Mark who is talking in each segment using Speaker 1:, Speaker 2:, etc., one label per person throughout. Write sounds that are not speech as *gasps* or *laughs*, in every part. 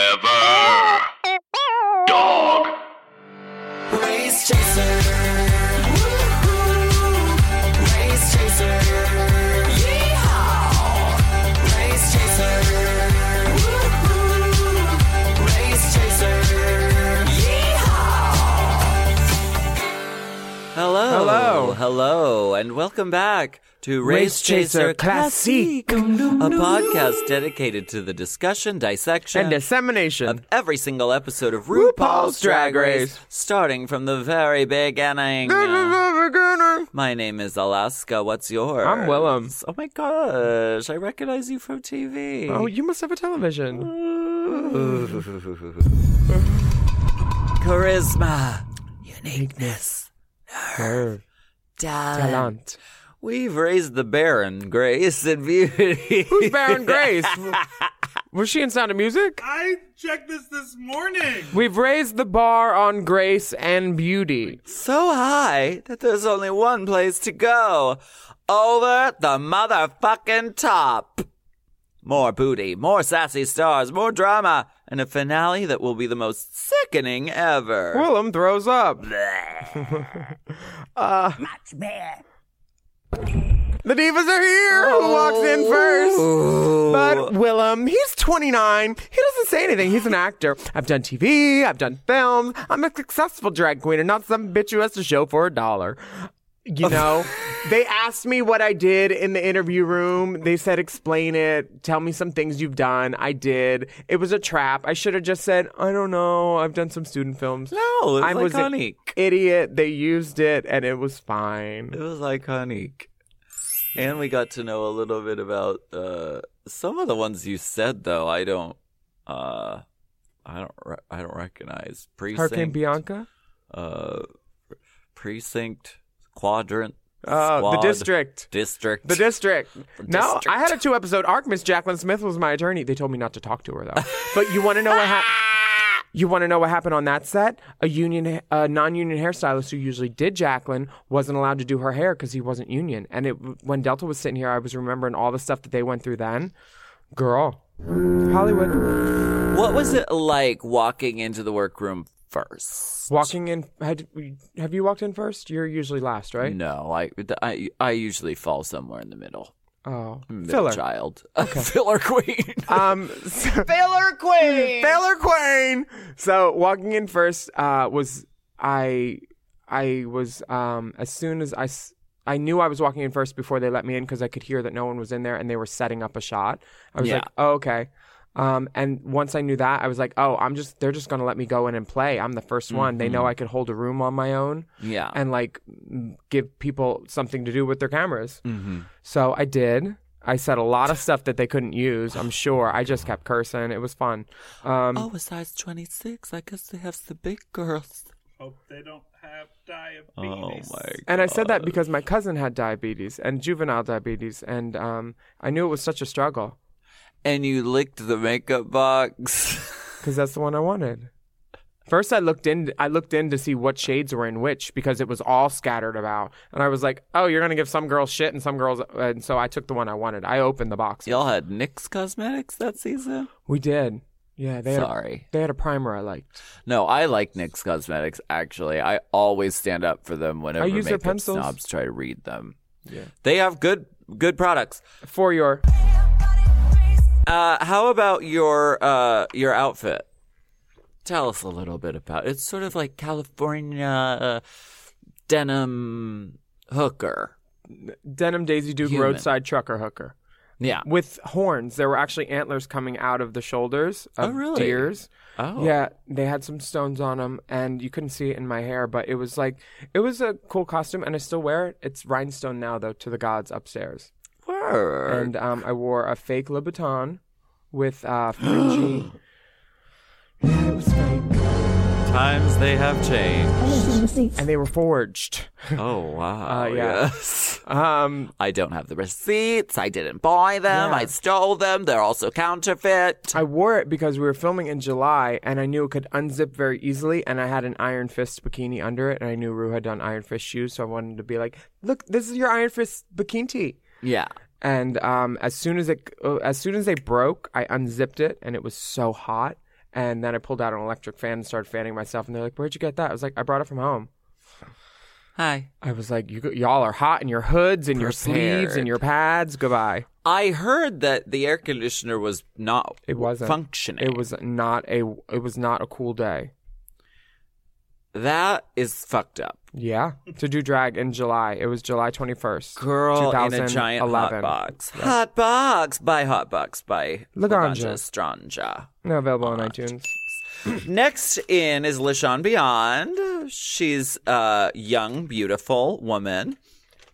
Speaker 1: Forever. Dog.
Speaker 2: Race chaser. Woo-hoo. Race chaser. Yeehaw. Race chaser. Woo-hoo. Race chaser. Yeehaw.
Speaker 3: Hello.
Speaker 4: Hello.
Speaker 3: Hello, and welcome back to Race,
Speaker 4: Race Chaser
Speaker 3: Chaser
Speaker 4: Classique,
Speaker 3: Classique, a podcast dedicated to the discussion,
Speaker 4: and
Speaker 3: dissection,
Speaker 4: dissemination.
Speaker 3: of every single episode of RuPaul's,
Speaker 4: RuPaul's Drag
Speaker 3: Drag Race,
Speaker 4: Race.
Speaker 3: starting from the very beginning.
Speaker 4: I'm
Speaker 3: My name is Alaska. What's yours?
Speaker 4: Willem.
Speaker 3: Oh my gosh, I recognize you from TV.
Speaker 4: Oh, you must have a television.
Speaker 3: Charisma, uniqueness, talent.
Speaker 4: Talent.
Speaker 3: We've raised the Baron, Grace, and beauty.
Speaker 4: Who's *laughs* Baron Grace? Was she in Sound of Music?
Speaker 5: I checked this this morning.
Speaker 4: We've raised the bar on grace and beauty.
Speaker 3: so high that there's only one place to go. Over the motherfucking top. More booty, more sassy stars, more drama, and a finale that will be the most sickening ever.
Speaker 4: Willem throws up. *laughs* uh, the divas are here. Who walks in first?
Speaker 3: Ooh.
Speaker 4: But Willem, he's 29. He doesn't say anything. He's an actor. I've done TV. I've done films. I'm a successful drag queen and not some bitch who has to show for a dollar. You *laughs* know, they asked me what I did in the interview room. They said, explain it. Tell me some things you've done. I did. It was a trap. I should have just said, I don't know. I've done some student films.
Speaker 3: no, it was
Speaker 4: I was an
Speaker 3: iconic.
Speaker 4: idiot. They used it and it was fine.
Speaker 3: It was iconic. And we got to know a little bit about uh, some of the ones you said, though. I don't, uh, I don't, re- I don't recognize precinct.
Speaker 4: Hurricane Bianca?
Speaker 3: uh, precinct, quadrant,
Speaker 4: Uh, the
Speaker 3: squad,
Speaker 4: district.
Speaker 3: district.
Speaker 4: The district. No,
Speaker 3: district.
Speaker 4: I had a two episode arc. Miss Jacqueline Smith was my attorney. They told me not to talk to her though. but you want to know what happened? You want to know what happened on that set? A union, a non-union hairstylist who usually did Jacqueline wasn't allowed to do her hair because he wasn't union. And it when Delta was sitting here, I was remembering all the stuff that they went through then. Girl, Hollywood
Speaker 3: what was it like walking into the workroom first?
Speaker 4: walking in. Had, have you walked in first? You're usually last, right?
Speaker 3: No, I, I, I usually fall somewhere in the middle.
Speaker 4: Oh,
Speaker 3: Middle
Speaker 4: filler.
Speaker 3: child. *laughs* Filler queen.
Speaker 4: *laughs* Um, Failure Queen. *laughs* Failure Queen. So walking in first uh, was I. I was um, as soon as I. s- I knew I was walking in first before they let me in because I could hear that no one was in there and they were setting up a shot. I was
Speaker 3: Yeah.
Speaker 4: like, oh, okay. Um, and once I knew that, I was like, oh, I'm just, they're just going to let me go in and play. I'm the 1st one. They know I could hold a room on my own
Speaker 3: yeah.
Speaker 4: and like m- give people something to do with their cameras.
Speaker 3: mm-hmm.
Speaker 4: So I did. I said a
Speaker 3: *laughs*
Speaker 4: lot of stuff that they couldn't use. I'm sure. I just kept cursing. It was fun. Um,
Speaker 3: Oh, a size 26. I guess they have the big girls.
Speaker 5: Hope they don't have
Speaker 3: Oh, my
Speaker 5: diabetes.
Speaker 4: and I said that because my cousin had diabetes and juvenile diabetes, and um, I knew it was such a struggle
Speaker 3: And you licked the makeup box. *laughs*
Speaker 4: because that's the one I wanted. First, I looked in. I looked in to see what shades were in which because it was all scattered about, and I was like, "Oh, you're gonna give some girls shit and some girls." And so I took the one I wanted. I opened the box.
Speaker 3: Y'all had NYX Cosmetics that season?
Speaker 4: We did. Yeah, they had a,
Speaker 3: Sorry.
Speaker 4: they had a primer I liked.
Speaker 3: No, I like NYX Cosmetics, actually. I always stand up for them whenever
Speaker 4: use their
Speaker 3: makeup
Speaker 4: pencils.
Speaker 3: snobs try to read them. Yeah. They have good good products.
Speaker 4: For your
Speaker 3: Uh, how about your uh, your outfit? Tell us a little bit about it. It's sort of like California uh, denim hooker.
Speaker 4: denim Daisy Duke
Speaker 3: Human.
Speaker 4: roadside trucker hooker
Speaker 3: Yeah.
Speaker 4: with horns. There were actually antlers coming out of the shoulders of
Speaker 3: Oh, really?
Speaker 4: deers.
Speaker 3: Oh.
Speaker 4: Yeah, they had some stones on them, and you couldn't see it in my hair, but it was like it was a cool costume, and I still wear it. It's rhinestone now though to the gods upstairs,
Speaker 3: Word.
Speaker 4: and um, I wore a fake Louboutin with
Speaker 3: *gasps*
Speaker 4: uh, fringy. yeah, it was fake,
Speaker 3: Times they have changed.
Speaker 4: and they were forged.
Speaker 3: *laughs*
Speaker 4: *laughs*
Speaker 3: Oh wow!
Speaker 4: Uh, yeah.
Speaker 3: Yes.
Speaker 4: Um,
Speaker 3: I don't have the receipts. I didn't buy them.
Speaker 4: Yeah.
Speaker 3: I stole them. They're also counterfeit.
Speaker 4: I wore it because we were filming in July and I knew it could unzip very easily and I had an Iron Fist bikini under it and I knew Rue had done Iron Fist shoes so I wanted to be like, "Look, this is your Iron Fist bikini."
Speaker 3: Yeah.
Speaker 4: And um, as soon as it uh, as soon as they broke, I unzipped it and it was so hot And then I pulled out an electric fan and started fanning myself. And they're like, "Where'd you get that?" I was like, "I brought it from home."
Speaker 3: Hi.
Speaker 4: I was like, you, "Y'all are hot in your hoods and your sleeves
Speaker 3: Prepared.
Speaker 4: and your pads. Goodbye."
Speaker 3: I heard that the air conditioner was not
Speaker 4: It wasn't
Speaker 3: functioning.
Speaker 4: It was not a. It was not a cool day.
Speaker 3: that is fucked up.
Speaker 4: Yeah, to do drag in July. It was July twenty first.
Speaker 3: Girl in a giant hot box. Hot box by Hot Box by
Speaker 4: Laganja.
Speaker 3: Stranja.
Speaker 4: Now available on iTunes.
Speaker 3: Next in is LaShawn Beyond. She's a young, beautiful woman.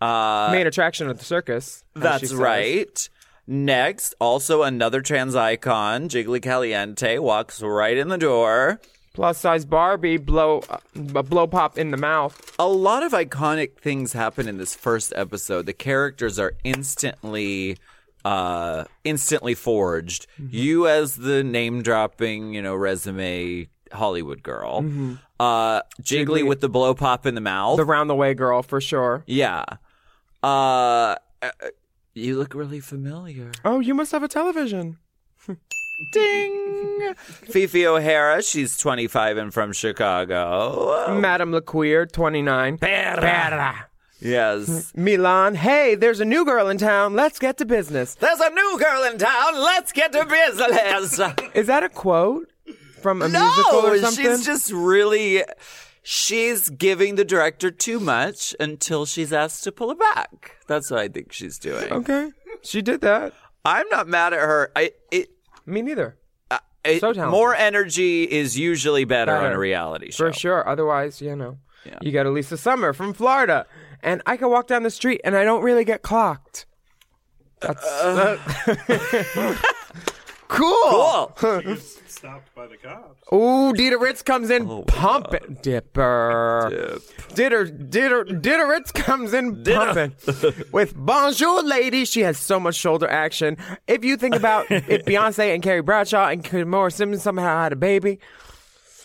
Speaker 3: Uh,
Speaker 4: Main attraction of the circus. as she
Speaker 3: That's
Speaker 4: says.
Speaker 3: right. Next, also another trans icon, Jiggly Caliente, walks right in the door.
Speaker 4: Plus size Barbie blow uh, b- blow pop in the mouth.
Speaker 3: A lot of iconic things happen in this first episode. The characters are instantly uh instantly forged. You as the name dropping, you know, resume Hollywood girl. Uh Jiggly, with the blow pop in the mouth.
Speaker 4: The round the way girl for sure.
Speaker 3: yeah. Uh uh, you look really familiar.
Speaker 4: Oh, you must have a *laughs* television.
Speaker 3: Ding! Fifi O'Hara, she's 25 and from Chicago.
Speaker 4: Madame LeQueer, 29. Perra.
Speaker 3: Yes.
Speaker 4: Milan, hey, there's a new girl in town. Let's get to business.
Speaker 3: There's a new girl in town. Let's get to business.
Speaker 4: Is that a quote from a musical or
Speaker 3: no,
Speaker 4: something?
Speaker 3: she's just really. She's giving the director too much until she's asked to pull it back. That's what I think she's doing.
Speaker 4: Okay. She did that.
Speaker 3: I'm not mad at her. I it,
Speaker 4: Me neither.
Speaker 3: it
Speaker 4: So talented.
Speaker 3: more energy is usually better, on a
Speaker 4: Better.
Speaker 3: reality show.
Speaker 4: For sure. Otherwise, you know. You got Elisa Summer from Florida. And I can walk down the street and I don't really get clocked. That's *laughs* cool.
Speaker 3: Cool.
Speaker 5: She's stopped by the cops.
Speaker 4: Ooh, Dita Ritz comes in pumping. Dipper. Dita, Dita, Dita Ritz comes in pumping. With Bonjour Lady. She has so much shoulder action. If you think about if Beyonce and Carrie Bradshaw and Kimora Simmons somehow had a baby,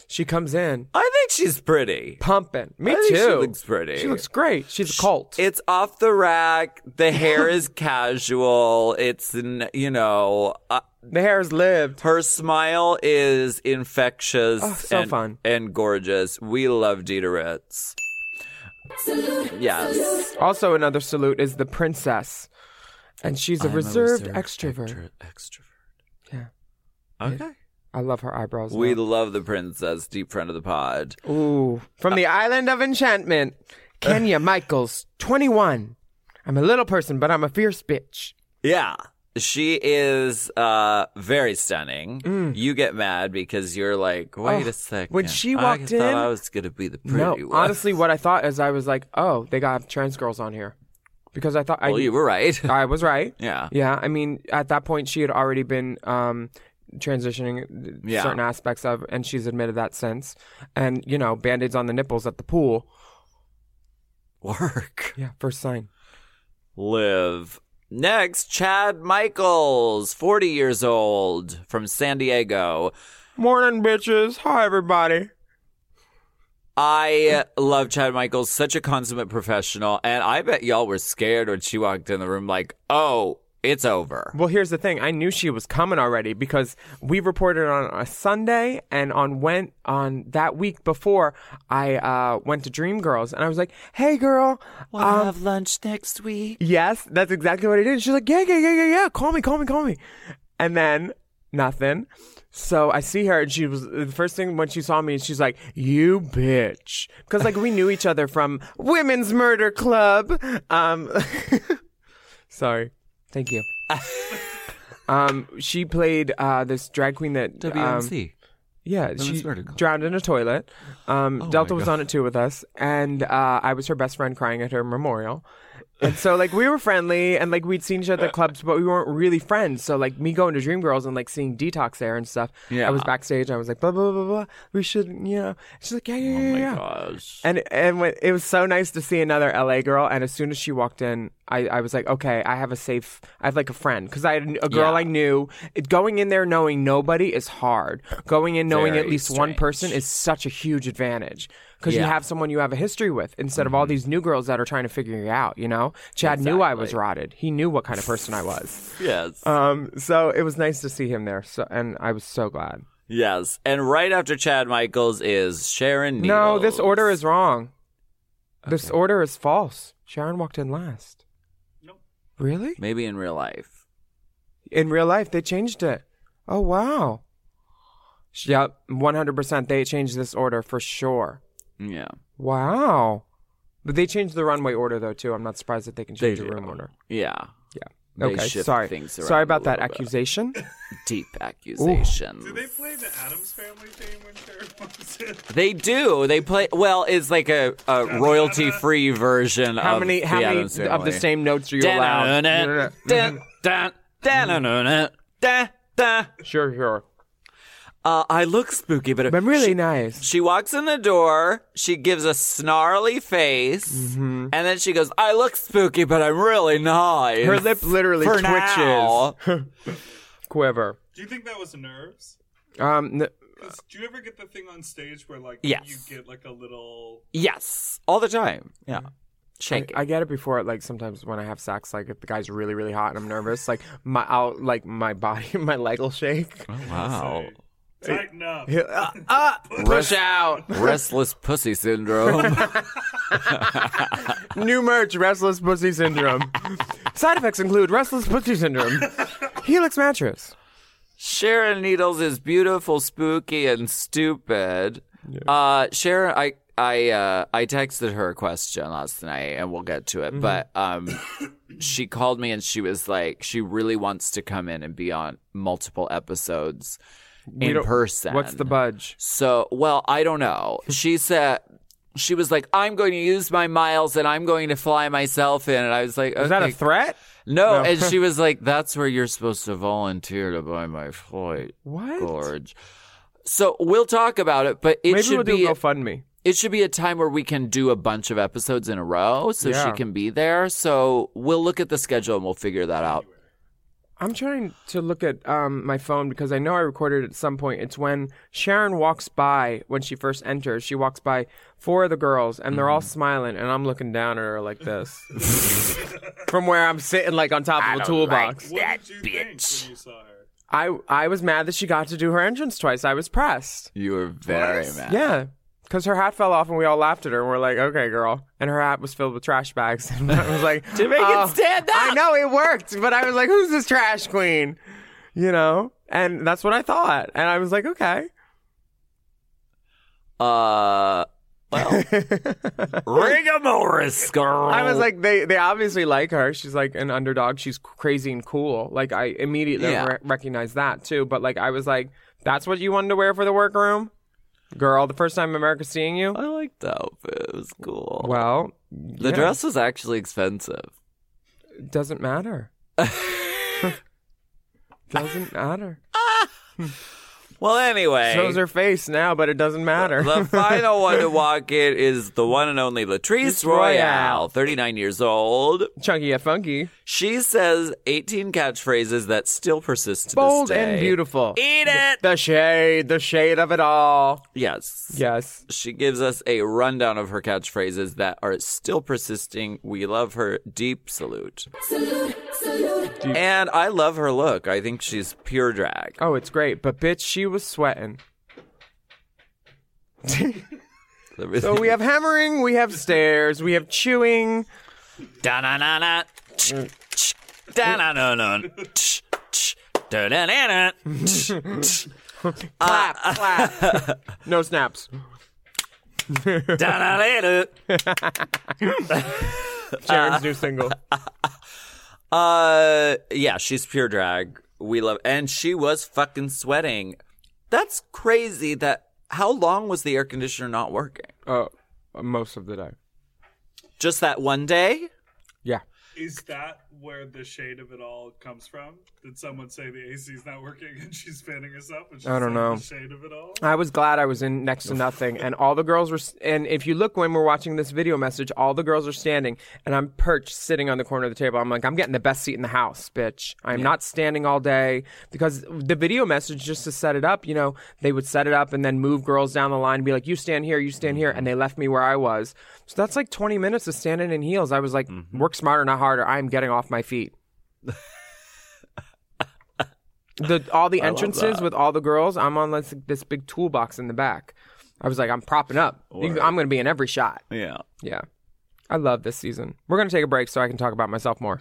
Speaker 4: she comes in.
Speaker 3: I think she's pretty.
Speaker 4: pumping. Me
Speaker 3: I think she
Speaker 4: too.
Speaker 3: looks pretty.
Speaker 4: She looks great. She's a cult.
Speaker 3: It's off the rack. The hair is *laughs* casual. It's n- you know, uh,
Speaker 4: the hair is lived.
Speaker 3: her smile is infectious
Speaker 4: Oh, so
Speaker 3: and
Speaker 4: fun.
Speaker 3: and gorgeous. We love Dieter Ritz. Yes,
Speaker 4: Also, another salute is the princess, and she's a, reserved, extrovert.
Speaker 3: extrovert.
Speaker 4: Yeah.
Speaker 3: Okay.
Speaker 4: I love her eyebrows.
Speaker 3: We
Speaker 4: now.
Speaker 3: love the princess, deep friend of the pod.
Speaker 4: Ooh, from
Speaker 3: Uh,
Speaker 4: the island of enchantment, Kenya Michaels, twenty-one. I'm a little person, but I'm a fierce bitch.
Speaker 3: Yeah. She is uh, very stunning. You get mad because you're like, wait
Speaker 4: Mm. Oh,
Speaker 3: a second.
Speaker 4: when she
Speaker 3: I
Speaker 4: walked
Speaker 3: thought
Speaker 4: in-
Speaker 3: I was gonna be the pretty
Speaker 4: No,
Speaker 3: one.
Speaker 4: honestly, what I thought is I was like, oh, they got trans girls on here, because I thought
Speaker 3: well,
Speaker 4: I
Speaker 3: you were right.
Speaker 4: I was right.
Speaker 3: *laughs*
Speaker 4: *laughs*
Speaker 3: Yeah.
Speaker 4: Yeah, I mean, at that point, she had already been um, transitioning
Speaker 3: Yeah.
Speaker 4: certain aspects of, and she's admitted that since. And you know, band-aids on the nipples at the pool.
Speaker 3: Work.
Speaker 4: Yeah, first sign.
Speaker 3: Live. Next, Chad Michaels, 40 years old, from San Diego.
Speaker 4: Morning, bitches. Hi, everybody.
Speaker 3: I love Chad Michaels, such a consummate professional. And I bet y'all were scared when she walked in the room, like, oh, it's over.
Speaker 4: Well, here's the thing. I knew she was coming already because we reported on a Sunday, and on went on that week before, I uh, went to Dream Girls, and I was like, "Hey, girl, um,
Speaker 3: We'll have lunch next week.
Speaker 4: Yes, that's exactly what I did. She's like, yeah, yeah, yeah, yeah, yeah. Call me, call me, call me. And then nothing. So I see her, and she was the first thing when she saw me. She's like, "You bitch," because like we knew each other from Women's Murder Club. Um, *laughs* sorry, thank you. *laughs* um, she played uh this drag queen that um,
Speaker 3: WMC.
Speaker 4: yeah, she
Speaker 3: Murder Club.
Speaker 4: drowned in a toilet. Um, Delta was on it too with us, and uh, I was her best friend crying at her memorial. And so, like, we were friendly, and like we'd seen each other at clubs, but we weren't really friends. So, like, me going to Dream Girls and like seeing Detox there and stuff.
Speaker 3: Yeah.
Speaker 4: I was backstage. And I was like, blah blah blah blah. blah. We should, you know. She's like, yeah yeah yeah. yeah.
Speaker 3: Gosh.
Speaker 4: And and when, it was so nice to see another LA girl. And as soon as she walked in, I, I was like, okay, I have a safe. I have like a friend because I had a a girl
Speaker 3: Yeah.
Speaker 4: I knew. It, going in there knowing nobody is hard. Going in knowing
Speaker 3: Very
Speaker 4: at least one
Speaker 3: strange.
Speaker 4: person is such a huge advantage because you
Speaker 3: Yeah. Mm-hmm.
Speaker 4: have someone you have a history with instead of all these new girls that are trying to figure you out. You know, Chad knew I was
Speaker 3: Exactly.
Speaker 4: rotted. He knew
Speaker 3: *laughs*
Speaker 4: what kind of person I was.
Speaker 3: Yes.
Speaker 4: Um, so it was nice to see him there. So and I was so glad.
Speaker 3: Yes. And right after Chad Michaels is Sharon Needles.
Speaker 4: No, this order is wrong. This order is false. Sharon walked in last.
Speaker 5: Nope.
Speaker 4: Really?
Speaker 3: Maybe in real life.
Speaker 4: In real life, they changed it. Oh, wow. Yep, 100%. They changed this order for sure.
Speaker 3: Yeah.
Speaker 4: Wow. But they changed the runway order, though, too. I'm not surprised that they can change the
Speaker 3: do.
Speaker 4: room order.
Speaker 3: Yeah.
Speaker 4: Yeah.
Speaker 3: They
Speaker 4: Okay,
Speaker 3: shift
Speaker 4: sorry.
Speaker 3: things around
Speaker 4: Sorry about
Speaker 3: a
Speaker 4: that
Speaker 3: little bit.
Speaker 4: accusation.
Speaker 3: Deep accusations.
Speaker 5: Do they play the Adams Family theme when Sharon walks in?
Speaker 3: *laughs* They do. They play. Well, it's like a, a royalty free version
Speaker 4: How
Speaker 3: of
Speaker 4: many, how
Speaker 3: the
Speaker 4: many
Speaker 3: Addams
Speaker 4: of
Speaker 3: Family.
Speaker 4: the same notes are you allowed?
Speaker 3: Dun-dun-dun, dun, dun, dun-dun-dun, dun, dun.
Speaker 4: Sure, sure.
Speaker 3: Uh, I look spooky, but it-
Speaker 4: But I'm really
Speaker 3: she,
Speaker 4: nice.
Speaker 3: she walks in the door. She gives a snarly face,
Speaker 4: Mm-hmm.
Speaker 3: and then she goes, "I look spooky, but I'm really nice."
Speaker 4: Her lip literally
Speaker 3: For
Speaker 4: twitches. *laughs*
Speaker 3: now.
Speaker 4: Quiver.
Speaker 5: Do you think that was nerves?
Speaker 4: Um, n-
Speaker 5: 'Cause do you ever get the thing on stage where like
Speaker 3: Yes.
Speaker 5: you get like a little
Speaker 3: Yes, all the time. Yeah,
Speaker 4: I,
Speaker 3: shake. it.
Speaker 4: I get it before, like sometimes when I have sex, like if the guy's really, really hot and I'm nervous, like my, I'll, like my body, *laughs* my leg will shake.
Speaker 3: wow.
Speaker 5: tighten up?
Speaker 4: *laughs* Uh, uh, push out.
Speaker 3: Restless pussy
Speaker 4: *laughs*
Speaker 3: syndrome.
Speaker 4: New merch, Restless Pussy *laughs* Syndrome. Side effects include Restless Pussy Syndrome, Helix Mattress.
Speaker 3: Sharon Needles is beautiful, spooky, and stupid. Uh, Sharon, I. I uh, I texted her a question last night, and we'll get to it.
Speaker 4: Mm-hmm.
Speaker 3: But um, *coughs* she called me, and she was like, she really wants to come in and be on multiple episodes
Speaker 4: We
Speaker 3: in
Speaker 4: don't-
Speaker 3: person.
Speaker 4: What's the budge?
Speaker 3: So, well, I don't
Speaker 4: *laughs*
Speaker 3: know. She said she was like, "I'm going to use my miles, and I'm going to fly myself in." And I was like,
Speaker 4: Is that a
Speaker 3: "Okay,
Speaker 4: threat?
Speaker 3: no,
Speaker 4: No.
Speaker 3: and
Speaker 4: *laughs*
Speaker 3: she was like, "That's where you're supposed to volunteer to buy my flight."
Speaker 4: What?
Speaker 3: Gorge. So we'll talk about it, but it
Speaker 4: Maybe
Speaker 3: should
Speaker 4: we'll do
Speaker 3: be
Speaker 4: GoFundMe.
Speaker 3: it should be a time where we can do a bunch of episodes in a row, so she
Speaker 4: Yeah.
Speaker 3: can be there. So we'll look at the schedule and we'll figure that out.
Speaker 4: I'm trying to look at um, my phone because I know I recorded at some point. It's when Sharon walks by when she first enters. She walks by four of the girls and they're all smiling, and I'm looking down at her like this from where I'm sitting, like on top of a toolbox.
Speaker 5: What did you think when you saw her?
Speaker 4: I I was mad that she got to do her entrance twice. I was pressed.
Speaker 3: You were very mad.
Speaker 4: Yeah. Because her hat fell off and we all laughed at her and we're like, okay, girl. And her hat was filled with trash bags. *laughs* And I was like,
Speaker 3: *laughs* To make it
Speaker 4: oh.
Speaker 3: stand up.
Speaker 4: I know it worked, but I was like, who's this trash queen? You know? And that's what I thought. And I was like, okay. *laughs*
Speaker 3: Uh,
Speaker 4: *laughs*
Speaker 3: well, rigamorous girl.
Speaker 4: I was like, they, they obviously like her. She's like an underdog. She's crazy and cool. Like, I immediately
Speaker 3: Yeah.
Speaker 4: re- recognized that too. But like, I was like, that's what you wanted to wear for the workroom? Girl, the first time America's seeing you?
Speaker 3: I liked the outfit. It was cool.
Speaker 4: Well,
Speaker 3: the
Speaker 4: yeah,
Speaker 3: dress was actually expensive. *laughs*
Speaker 4: doesn't matter. doesn't matter.
Speaker 3: Well, anyway,
Speaker 4: Shows her face now, but it doesn't matter. *laughs*
Speaker 3: the final one to walk in is the one and only Latrice
Speaker 4: Latrice
Speaker 3: Royale,
Speaker 4: Royale.
Speaker 3: 39 years old.
Speaker 4: Chunky yet funky,
Speaker 3: She says 18 catchphrases that still persist to
Speaker 4: bold
Speaker 3: this day.
Speaker 4: and beautiful.
Speaker 3: Eat it!
Speaker 4: The shade, the shade of it all.
Speaker 3: Yes.
Speaker 4: Yes.
Speaker 3: She gives us a rundown of her catchphrases that are still persisting. We love her. Deep salute. And I love her look. I think she's pure drag.
Speaker 4: Oh, it's great, but bitch, she was sweating. *laughs*
Speaker 3: *laughs*
Speaker 4: So we have hammering, we have stairs, we have chewing.
Speaker 3: Da-na-na-na. Tch, tch. Da-na-na-na. Tch, tch. Da-na-na-na. Tch, tch.
Speaker 4: Clap, clap. no snaps.
Speaker 3: Uh. Da-na-na-na.
Speaker 4: Sharon's new single.
Speaker 3: Uh, yeah, she's pure drag. We love, and she was fucking sweating. That's crazy. That how long was the air conditioner not working?
Speaker 4: Oh, most of the day.
Speaker 3: Just that one day.
Speaker 4: Yeah.
Speaker 5: Is that where the shade of it all comes from? Did someone say the AC's not working and she's fanning herself? And she's
Speaker 4: I don't
Speaker 5: like,
Speaker 4: know.
Speaker 5: The shade of it all.
Speaker 4: I was glad I was in next to nothing, and all the girls were. s- And if you look when we're watching this video message, all the girls are standing, and I'm perched sitting on the corner of the table. I'm like, I'm getting the best seat in the house, bitch. I'm not standing all day because the video message just to set it up. You know, they would set it up and then move girls down the line and be like, you stand here, you stand here, and they left me where I was. So that's like 20 minutes of standing in heels. I was like, work smarter, not harder. I am getting off my feet. the all the
Speaker 3: love
Speaker 4: entrances
Speaker 3: that.
Speaker 4: with all the girls. I'm on this, this big toolbox in the back. I was like, I'm propping up. You-
Speaker 3: Word.
Speaker 4: I'm going to be in every shot.
Speaker 3: Yeah.
Speaker 4: Yeah. I love this season. We're going to take a break so I can talk about myself more.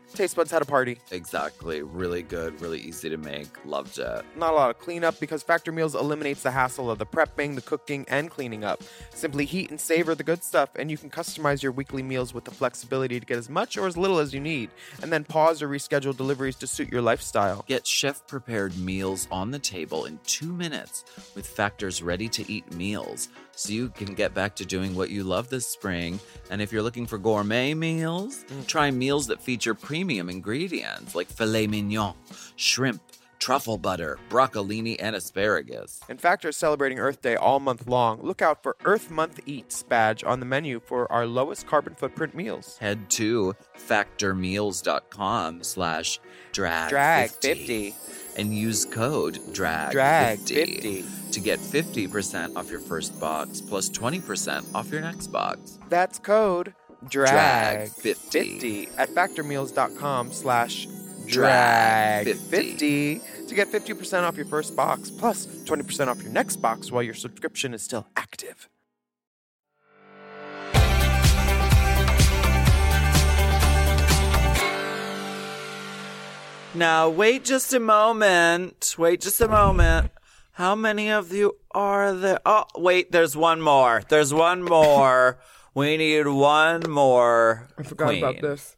Speaker 4: taste buds had a party.
Speaker 3: Exactly. Really good, really easy to make. Loved it.
Speaker 4: Not a lot of cleanup because Factor Meals eliminates the hassle of the prepping, the cooking, and cleaning up. Simply heat and savor the good stuff, and you can customize your weekly meals with the flexibility to get as much or as little as you need, and then pause or reschedule deliveries to suit your lifestyle.
Speaker 3: Get chef prepared meals on the table in two minutes with Factor's ready to eat meals so you can get back to doing what you love this spring. And if you're looking for gourmet meals,
Speaker 4: Mm.
Speaker 3: try meals that feature premium ingredients like filet mignon, shrimp, truffle butter, broccolini, and asparagus.
Speaker 4: And Factor is celebrating Earth Day all month long. Look out for Earth Month Eats badge on the menu for our lowest carbon footprint meals.
Speaker 3: Head to factormeals.com slash drag,
Speaker 4: Drag
Speaker 3: 50 and use code drag,
Speaker 4: Drag
Speaker 3: 50
Speaker 4: 50.
Speaker 3: to get 50% off your first box plus 20% off your next box.
Speaker 4: That's code
Speaker 3: Drag
Speaker 4: drag
Speaker 3: 50.
Speaker 4: 50 at factormeals.com slash
Speaker 3: Drag
Speaker 4: drag
Speaker 3: 50.
Speaker 4: 50 to get 50% off your first box plus 20% off your next box while your subscription is still active.
Speaker 3: Now, wait just a moment. Wait just a moment. How many of you are there? Oh, wait, there's one more. There's one *laughs* more. we need one more. I this.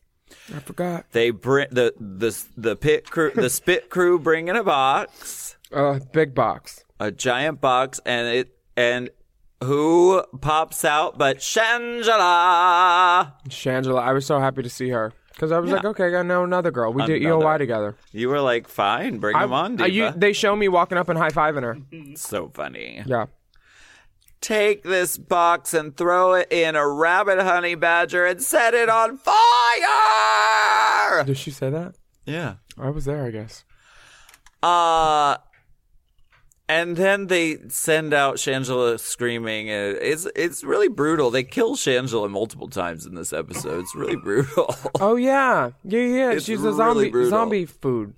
Speaker 4: I forgot.
Speaker 3: They bring the the the pit crew, the spit crew, bring in a box,
Speaker 4: Uh, big box.
Speaker 3: a giant box, and it and who pops out but Shangela?
Speaker 4: Shangela, I was so happy to see her. Because I was
Speaker 3: Yeah.
Speaker 4: like, okay, I got know another girl. We did
Speaker 3: Another.
Speaker 4: EOY together.
Speaker 3: You were like, fine, bring him on,
Speaker 4: I-
Speaker 3: diva.
Speaker 4: you- they show me walking up and high fiving her.
Speaker 3: so funny.
Speaker 4: Yeah.
Speaker 3: Take this box and throw it in a rabbit honey badger and set it on fire.
Speaker 4: Did she say that?
Speaker 3: Yeah.
Speaker 4: I was there, I guess.
Speaker 3: Uh and then they send out Shangela screaming. Uh, It's it's really brutal. They kill Shangela multiple times in this episode. It's really *laughs* brutal.
Speaker 4: Oh, yeah. Yeah, yeah.
Speaker 3: It's
Speaker 4: She's
Speaker 3: really
Speaker 4: a zombie,
Speaker 3: brutal.
Speaker 4: zombie food.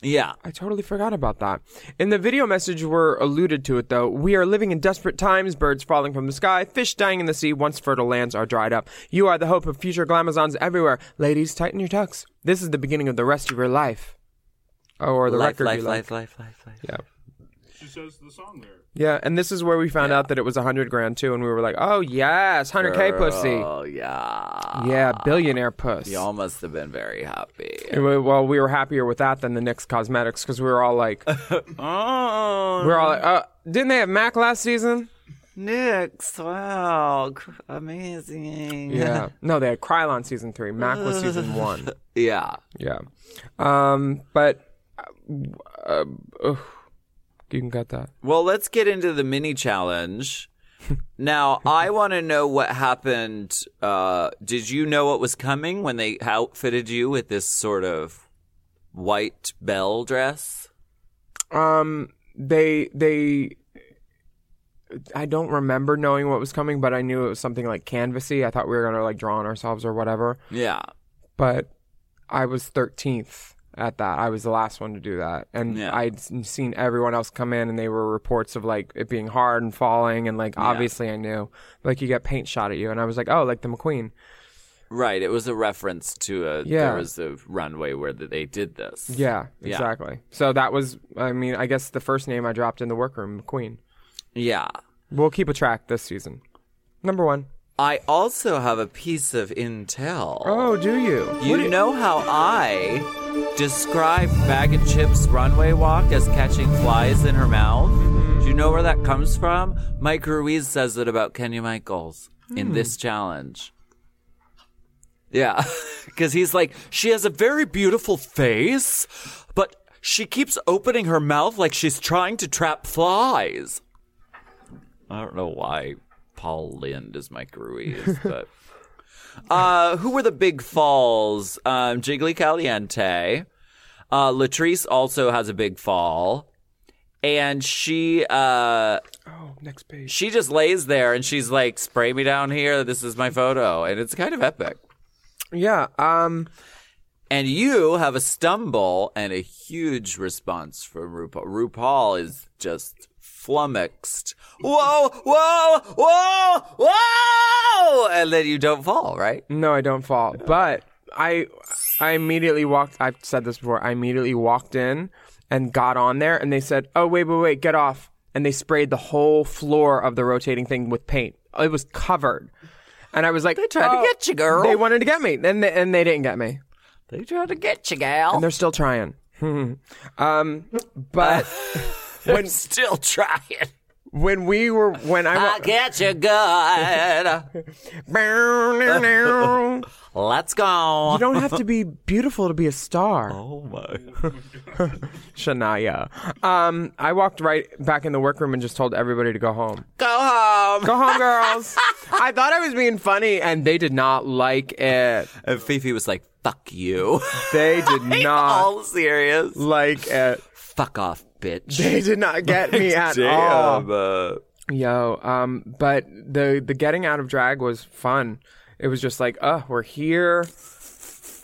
Speaker 3: yeah.
Speaker 4: I totally forgot about that. In the video message, we're alluded to it though. We are living in desperate times. Birds falling from the sky, fish dying in the sea. Once fertile lands are dried up, you are the hope of future glamazons everywhere. Ladies, tighten your tucks. This is the beginning of the rest of your life. Oh, or the
Speaker 3: life,
Speaker 4: record
Speaker 3: life,
Speaker 4: you
Speaker 3: life,
Speaker 4: like.
Speaker 3: life, life, life.
Speaker 4: Yeah,
Speaker 5: She says the song there.
Speaker 4: yeah. And this is where we found out that it was a hundred grand too, and we were like, oh yes, hundred k pussy.
Speaker 3: Oh yeah.
Speaker 4: Yeah, billionaire puss.
Speaker 3: Y'all must have been very happy.
Speaker 4: And we- Well, we were happier with that than the NYX Cosmetics because we were all *laughs* like, we
Speaker 3: Oh,
Speaker 4: were all like, uh, didn't they have Mac last season?
Speaker 3: Nyx! Wow, cr- amazing. *laughs*
Speaker 4: Yeah. no, they had *laughs* Krylon season three. Mac was season one.
Speaker 3: yeah.
Speaker 4: Yeah. Um, but Uh, ugh. you can cut that.
Speaker 3: Well, let's get into the mini
Speaker 4: *laughs*
Speaker 3: challenge. now, I want to know what happened. Uh, did you know what was coming when they outfitted you with this sort of white bell dress?
Speaker 4: Um, they they. I don't remember knowing what was coming, but I knew it was something like canvassy. I thought we were gonna like draw on ourselves or whatever.
Speaker 3: Yeah.
Speaker 4: But I was thirteenth at that. I was the last one to do that, and
Speaker 3: Yeah.
Speaker 4: I'd s- seen everyone else come in, and they were reports of like it being hard and falling, and like obviously I knew like you get paint shot at you, and I was like, oh, like the McQueen.
Speaker 3: Right. It was a reference to a.
Speaker 4: Yeah.
Speaker 3: There was a runway where th- they did this.
Speaker 4: Yeah, exactly. So that was, I mean, I guess the first name I dropped in the workroom, McQueen.
Speaker 3: Yeah.
Speaker 4: We'll keep a track this season. Number one.
Speaker 3: I also have a piece of intel.
Speaker 4: Oh, do you?
Speaker 3: You know how I described Bag of Chips' runway walk as catching flies in her mouth? Do you know where that comes from? Mike Ruiz says it about Kenya Michaels in
Speaker 6: Hmm.
Speaker 3: this challenge. Yeah, *laughs* because he's like, she has a very beautiful face, but she keeps opening her mouth like she's trying to trap flies. I don't know why Paul Lind is Mike Ruiz, but uh, who were the big falls? Um, Jiggly Caliente. Uh, Latrice also has a big fall, and she uh,
Speaker 4: oh next page.
Speaker 3: She just lays there and she's like, "Spray me down here. This is my photo," and it's kind of epic.
Speaker 4: Yeah. Um.
Speaker 3: And you have a stumble and a huge response from RuPaul. RuPaul is just flummoxed. Whoa, whoa, whoa, whoa! And then you don't fall, right?
Speaker 4: No, I don't fall. But I, I immediately walked. I've said this before. I immediately walked in and got on there, and they said, "Oh wait, wait, wait, get off!" And they sprayed the whole floor of the rotating thing with paint. It was covered, and I was like, "They
Speaker 3: tried to get you, girl."
Speaker 4: They wanted to get me, and they, and they didn't get me.
Speaker 3: They tried to get you, gal.
Speaker 4: And they're still trying. *laughs* um, but
Speaker 3: when still trying.
Speaker 4: when we were when I, wa-
Speaker 3: I get you good. Let's go.
Speaker 4: You don't have to be beautiful to be a *laughs* star.
Speaker 3: Oh my.
Speaker 4: Shania. Um, I walked right back in the workroom and just told everybody to go home.
Speaker 3: Go home.
Speaker 4: Go home, girls. *laughs* I thought I was being funny, and they did not like it.
Speaker 3: And Fifi was like, fuck you. *laughs*
Speaker 4: *laughs* They did not.
Speaker 3: all serious.
Speaker 4: Like it.
Speaker 3: Fuck off, bitch.
Speaker 4: They did not get me at all.
Speaker 3: Damn, uh,
Speaker 4: Yo, um, but the the getting out of drag was fun. It was just like, uh, we're here,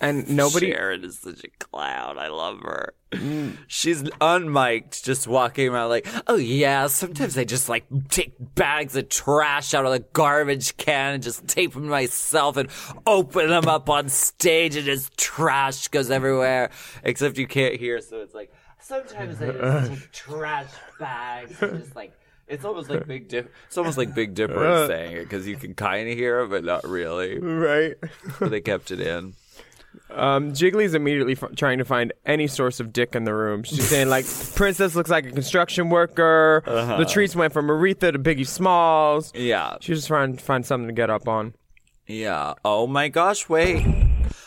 Speaker 4: and nobody.
Speaker 3: Sharon is such a clown. I love her. *laughs* She's unmiked, just walking around like, oh yeah. Sometimes I just like take bags of trash out of the garbage can and just tape them myself and open them up on stage and just trash goes everywhere. Except you can't hear, so it's like sometimes I just take trash bags and just like. It's almost like Big Dip. It's almost like Big Dipper is saying it because you can kind of hear it, but not really.
Speaker 4: Right.
Speaker 3: So they kept it in.
Speaker 4: Um, Jiggly's immediately f- trying to find any source of dick in the room. She's
Speaker 3: *laughs*
Speaker 4: saying like, "Princess looks like a construction worker."
Speaker 3: Uh-huh.
Speaker 4: The treats went from Aretha to Biggie Smalls.
Speaker 3: Yeah.
Speaker 4: She's just trying to find something to get up on.
Speaker 3: Yeah. Oh my gosh, wait.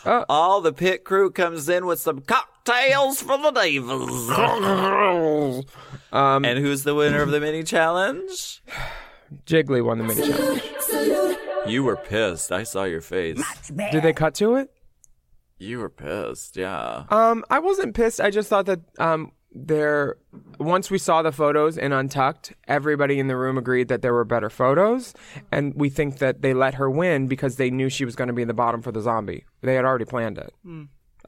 Speaker 4: Oh.
Speaker 3: All the pit crew comes in with some cocktails for the divas.
Speaker 4: Um,
Speaker 3: and who's the winner of the mini challenge?
Speaker 4: Jiggly won the mini challenge.
Speaker 3: You were pissed. I saw your face.
Speaker 4: Did they cut to it?
Speaker 3: You were pissed, yeah.
Speaker 4: Um, I wasn't pissed. I just thought that um, there. Once we saw the photos in Untucked, everybody in the room agreed that there were better photos, and we think that they let her win because they knew she was going to be in the bottom for the zombie. They had already planned it,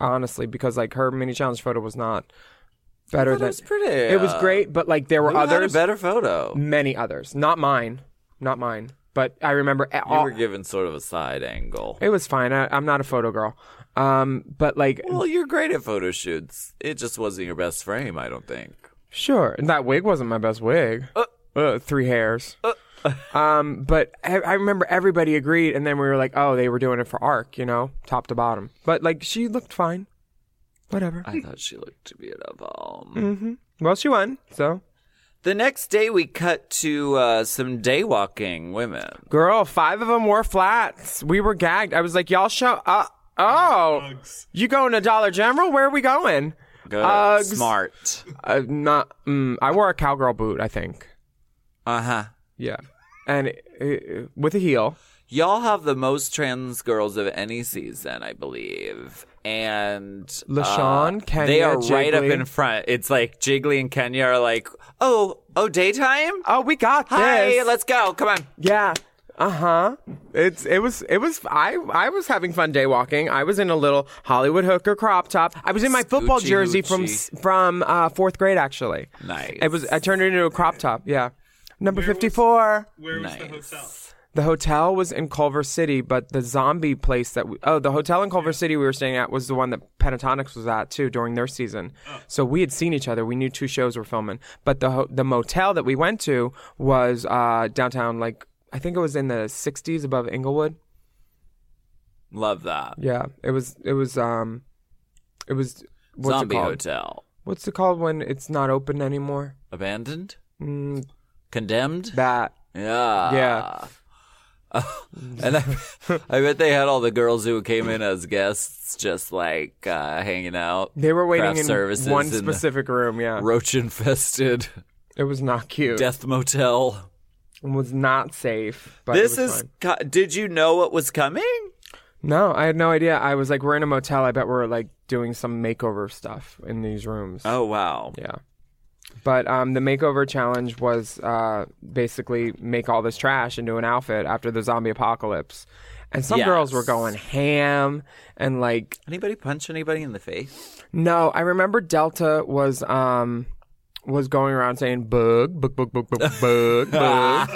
Speaker 4: honestly, because like her mini challenge photo was not better
Speaker 3: thought it
Speaker 4: than
Speaker 3: was pretty.
Speaker 4: It was great, but like there were
Speaker 3: Who had a
Speaker 4: others,
Speaker 3: better photo?
Speaker 4: many others, not mine, not mine. But I remember a-
Speaker 3: You
Speaker 4: all,
Speaker 3: were given sort of a side angle.
Speaker 4: Uh, it was fine. I, I'm not a photo girl, um, but like
Speaker 3: Well, you're great at photo shoots. It just wasn't your best frame, I don't think.
Speaker 4: Sure. And that wig wasn't my best wig. Uh, three hairs.
Speaker 3: Uh. *laughs*
Speaker 4: um, but I, I remember everybody agreed, and then we were like, oh, they were doing it for arc, you know, top to bottom. But like, she looked fine. Whatever.
Speaker 3: I thought she looked beautiful.
Speaker 4: hmm Well, she won, so.
Speaker 3: The next day, we cut to uh, some daywalking women.
Speaker 4: Girl, five of them wore flats. We were uh, gagged. I was like, y'all show up. Oh, you going to Dollar General? Where are we going?
Speaker 3: Good.
Speaker 4: Uggs.
Speaker 3: Smart.
Speaker 4: Uh, not. Mm, I wore a cowgirl boot. I think.
Speaker 3: Uh huh.
Speaker 4: Yeah. And uh, with a heel.
Speaker 3: Y'all have the most trans girls of any season, I believe. And uh,
Speaker 4: LaShawn,
Speaker 3: they
Speaker 4: Kenya,
Speaker 3: are right up
Speaker 4: Jiggly.
Speaker 3: in front. It's like Jiggly and Kenya are like, oh, oh, daytime.
Speaker 4: Oh, we got this.
Speaker 3: Hi, let's go. Come on.
Speaker 4: Yeah. Uh huh. It's it was it was I I was having fun day walking. I was in a little Hollywood hooker crop top. I was in my football
Speaker 3: Scoochie
Speaker 4: jersey from s-
Speaker 3: hoochie.
Speaker 4: from uh, fourth grade actually.
Speaker 3: Nice.
Speaker 4: It was I turned it into a crop top. Yeah. Number fifty four.
Speaker 5: Where was the
Speaker 3: Nice.
Speaker 5: hotel?
Speaker 4: The hotel was in Culver City, but the zombie place that we, oh the hotel in Culver City we were staying at was the one that Pentatonics was at too during their season.
Speaker 3: Oh.
Speaker 4: So we had seen each other. We knew two shows were filming, but the ho- the motel that we went to was uh, downtown. Like I think it was in the '60s above Inglewood.
Speaker 3: Love that.
Speaker 4: Yeah, it was. It was. Um, it was. What's
Speaker 3: Zombie
Speaker 4: it called?
Speaker 3: Hotel.
Speaker 4: What's it called when it's not open anymore?
Speaker 3: Abandoned?
Speaker 4: Mm,
Speaker 3: Condemned?
Speaker 4: that.
Speaker 3: yeah. Ah,
Speaker 4: yeah.
Speaker 3: And I, *laughs* I bet they had all the girls who came in as guests just like uh, hanging out.
Speaker 4: They were waiting
Speaker 3: Craft
Speaker 4: in
Speaker 3: services
Speaker 4: one
Speaker 3: in the
Speaker 4: specific room. Yeah,
Speaker 3: Roach infested
Speaker 4: it was not cute.
Speaker 3: death motel.
Speaker 4: was not safe. But
Speaker 3: This
Speaker 4: it was
Speaker 3: is.
Speaker 4: fine.
Speaker 3: Co- did you know what was coming?
Speaker 4: no, I had no idea. I was like, we're in a motel. I bet we're like doing some makeover stuff in these rooms.
Speaker 3: Oh wow!
Speaker 4: Yeah. But um, the makeover challenge was uh, basically make all this trash into an outfit after the zombie apocalypse. And some girls were
Speaker 3: Yes.
Speaker 4: going ham and like,
Speaker 3: Anybody punch anybody in the face?
Speaker 4: no, I remember Delta was um, was going around saying bug, bug, bug, bug, bug,
Speaker 3: *laughs*
Speaker 4: bug, bug.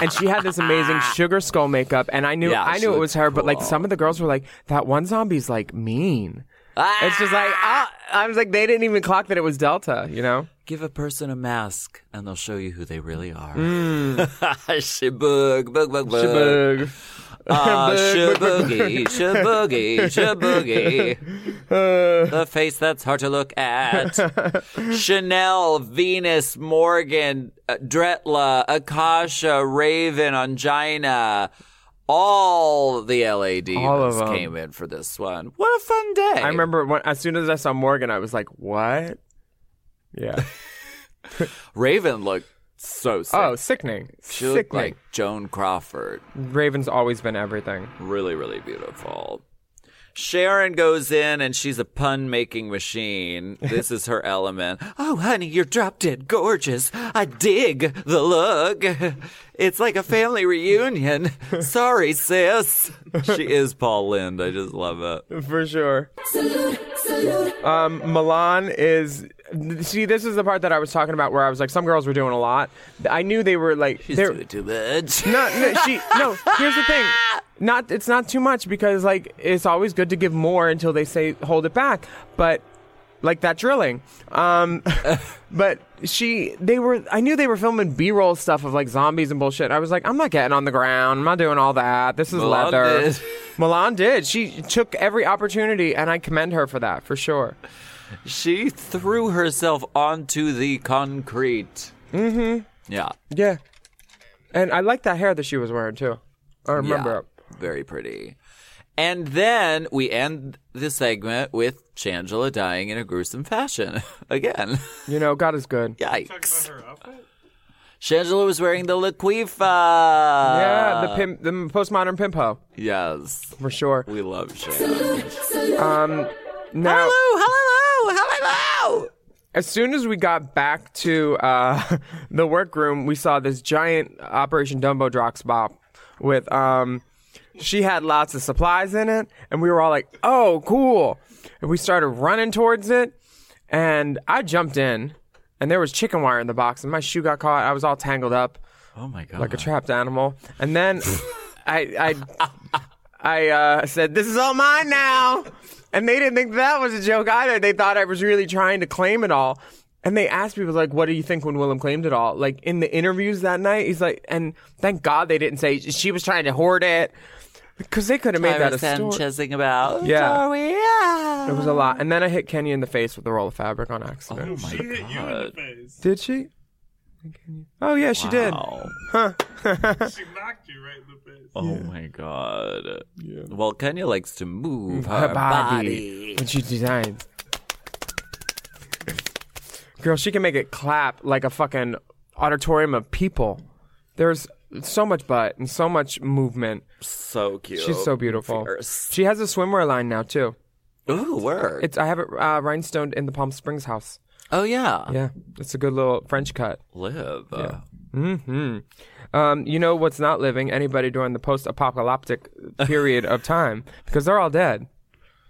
Speaker 4: And she had this amazing sugar skull makeup, and I knew
Speaker 3: Yeah,
Speaker 4: I
Speaker 3: she
Speaker 4: knew it
Speaker 3: looked
Speaker 4: was her. But like
Speaker 3: cool.
Speaker 4: some of the girls were like, "That one zombie's like mean." It's just like ah, I was like, they didn't even clock that it was Delta, you know.
Speaker 3: Give a person a mask, and they'll show you who they really are.
Speaker 4: Hmm.
Speaker 3: *laughs* Shibug, bug, bug, bug.
Speaker 4: Shebug.
Speaker 3: Ah,
Speaker 4: *laughs* Bug, bug, bug,
Speaker 3: shaboogie, shaboogie,
Speaker 4: *laughs*
Speaker 3: shaboogie.
Speaker 4: Uh.
Speaker 3: the face that's hard to look
Speaker 4: *laughs*
Speaker 3: at. Chanel, Venus, Morgan, uh, Dretla, Akasha, Raven, Angina. All the LA
Speaker 4: All of
Speaker 3: demons
Speaker 4: them.
Speaker 3: came in for this one. What a fun day.
Speaker 4: I remember when, as soon as I saw Morgan, I was like, "What?"
Speaker 3: *laughs*
Speaker 4: Yeah.
Speaker 3: Raven looked so sick.
Speaker 4: Oh, sickening.
Speaker 3: she looked
Speaker 4: Sickening.
Speaker 3: like Joan Crawford.
Speaker 4: Raven's always been everything.
Speaker 3: really, really beautiful. Sharon goes in and she's a pun making
Speaker 4: *laughs*
Speaker 3: machine. This is her element. Oh, honey, you're drop dead gorgeous. I dig the look. It's like a family
Speaker 4: *laughs*
Speaker 3: reunion. Sorry, sis. She is Paul Lind. I just love it.
Speaker 4: For sure. Um, Milan is. See, this is the part that I was talking about where I was like, some girls were doing a lot. I knew they were like.
Speaker 3: She's
Speaker 4: they're- *laughs*
Speaker 3: doing too much. *laughs*
Speaker 4: No, no, she no. Here's the thing. Not it's not too much because like it's always good to give more until they say hold it back. But like that drilling.
Speaker 3: *laughs*
Speaker 4: Um, but she they were I knew they were filming B roll stuff of like zombies and bullshit. I was like I'm not getting on the ground. I'm not doing all that. This is
Speaker 3: Milan
Speaker 4: leather.
Speaker 3: did.
Speaker 4: Milan did. She took every opportunity, and I commend her for that for sure.
Speaker 3: She threw herself onto the concrete. Mm-hmm. Yeah.
Speaker 4: Yeah. And I like that hair that she was wearing too. I remember. it.
Speaker 3: Yeah, very pretty. And then we end the segment with Shangela dying in a gruesome fashion *laughs* again.
Speaker 4: You know, God is good.
Speaker 3: Yikes!
Speaker 4: Oh
Speaker 5: Her outfit?
Speaker 3: Shangela was wearing the Laquifa.
Speaker 4: Yeah,
Speaker 3: Yeah,
Speaker 4: the pimp, the postmodern pimpo
Speaker 3: Yes,
Speaker 4: for sure.
Speaker 3: we love Shangela.
Speaker 4: Now,
Speaker 3: hello, hello,
Speaker 4: as soon as we got back to uh, *laughs* the workroom, we saw this giant Operation Dumbo Drox Bop with um, she had lots of supplies in it, and we were all like, "Oh, cool!" And we started running towards it, and I jumped in, and there was chicken wire in the box, and my shoe got caught. I was all tangled up.
Speaker 3: Oh my god!
Speaker 4: like a trapped animal.
Speaker 3: *laughs*
Speaker 4: And then I I I uh, said, "This is all mine now," and they didn't think that was a joke either. They thought I was really trying to claim it all. And they asked people like, "What do you think when Willem claimed it all?" Like in the interviews that night, he's like, "And thank God they didn't say she was trying to hoard it." Because they could have made
Speaker 3: Ira
Speaker 4: that a story.
Speaker 3: Sanchezing about.
Speaker 4: Yeah.
Speaker 3: Sorry, yeah.
Speaker 4: It was a lot. And then I hit Kenny in the face with a roll of fabric on accident.
Speaker 3: Oh my
Speaker 5: She hit you in the
Speaker 3: god!
Speaker 5: face.
Speaker 4: Did she? Oh, yeah, she did.
Speaker 3: Wow.
Speaker 5: She knocked you right in the face.
Speaker 3: Oh my god! Well, Kenya likes to move
Speaker 4: Her body. When she designs. Girl, she can make it clap like a fucking auditorium of people. There's so much butt and so much movement.
Speaker 3: So cute.
Speaker 4: She's so beautiful.
Speaker 3: Fierce.
Speaker 4: She has a swimwear line now too.
Speaker 3: Ooh, word.
Speaker 4: It's I have it uh, rhinestoned in the Palm Springs house.
Speaker 3: oh yeah.
Speaker 4: Yeah, it's a good little French cut.
Speaker 3: Live. Uh,
Speaker 4: Hmm. Um, you know what's not living? Anybody during the *laughs* post-apocalyptic period of time because they're all dead.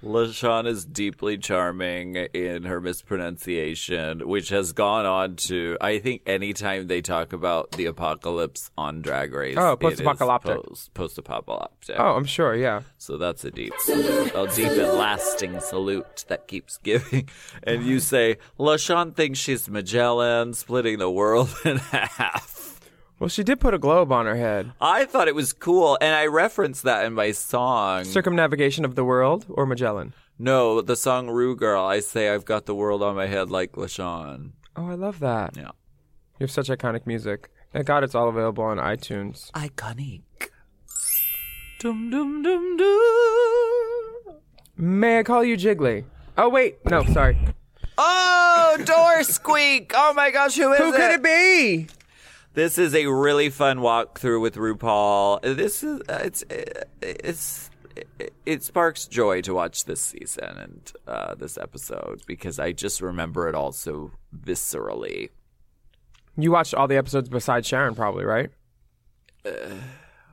Speaker 3: LaShawn is deeply charming in her mispronunciation, which has gone on to, I think, anytime they talk about the apocalypse on Drag Race.
Speaker 4: Oh, post-apocalyptic.
Speaker 3: Post apocalyptic.
Speaker 4: Oh, I'm sure. Yeah.
Speaker 3: So that's a deep salute, a deep and lasting salute that keeps *laughs* giving. And you say, LaShawn thinks she's Magellan, splitting the world *laughs* in half.
Speaker 4: Well, she did put a globe on her head.
Speaker 3: I thought it was cool, and I referenced that in my song.
Speaker 4: Circumnavigation of the world or Magellan?
Speaker 3: no, the song Rue Girl, I say, I've got the world on my head like LaShawn.
Speaker 4: Oh, I love that.
Speaker 3: Yeah.
Speaker 4: You have such iconic music. Thank God it's all available on iTunes.
Speaker 3: Iconic. Dum dum dum dum.
Speaker 4: May I call you Jiggly? Oh, wait. No, sorry.
Speaker 3: Oh, door squeak! Oh my gosh, who is
Speaker 4: Who could it be?
Speaker 3: This is a really fun walkthrough with RuPaul. This is uh, it's uh, it's it, it sparks joy to watch this season and uh, this episode because I just remember it all so viscerally.
Speaker 4: You watched all the episodes besides Sharon, probably, right?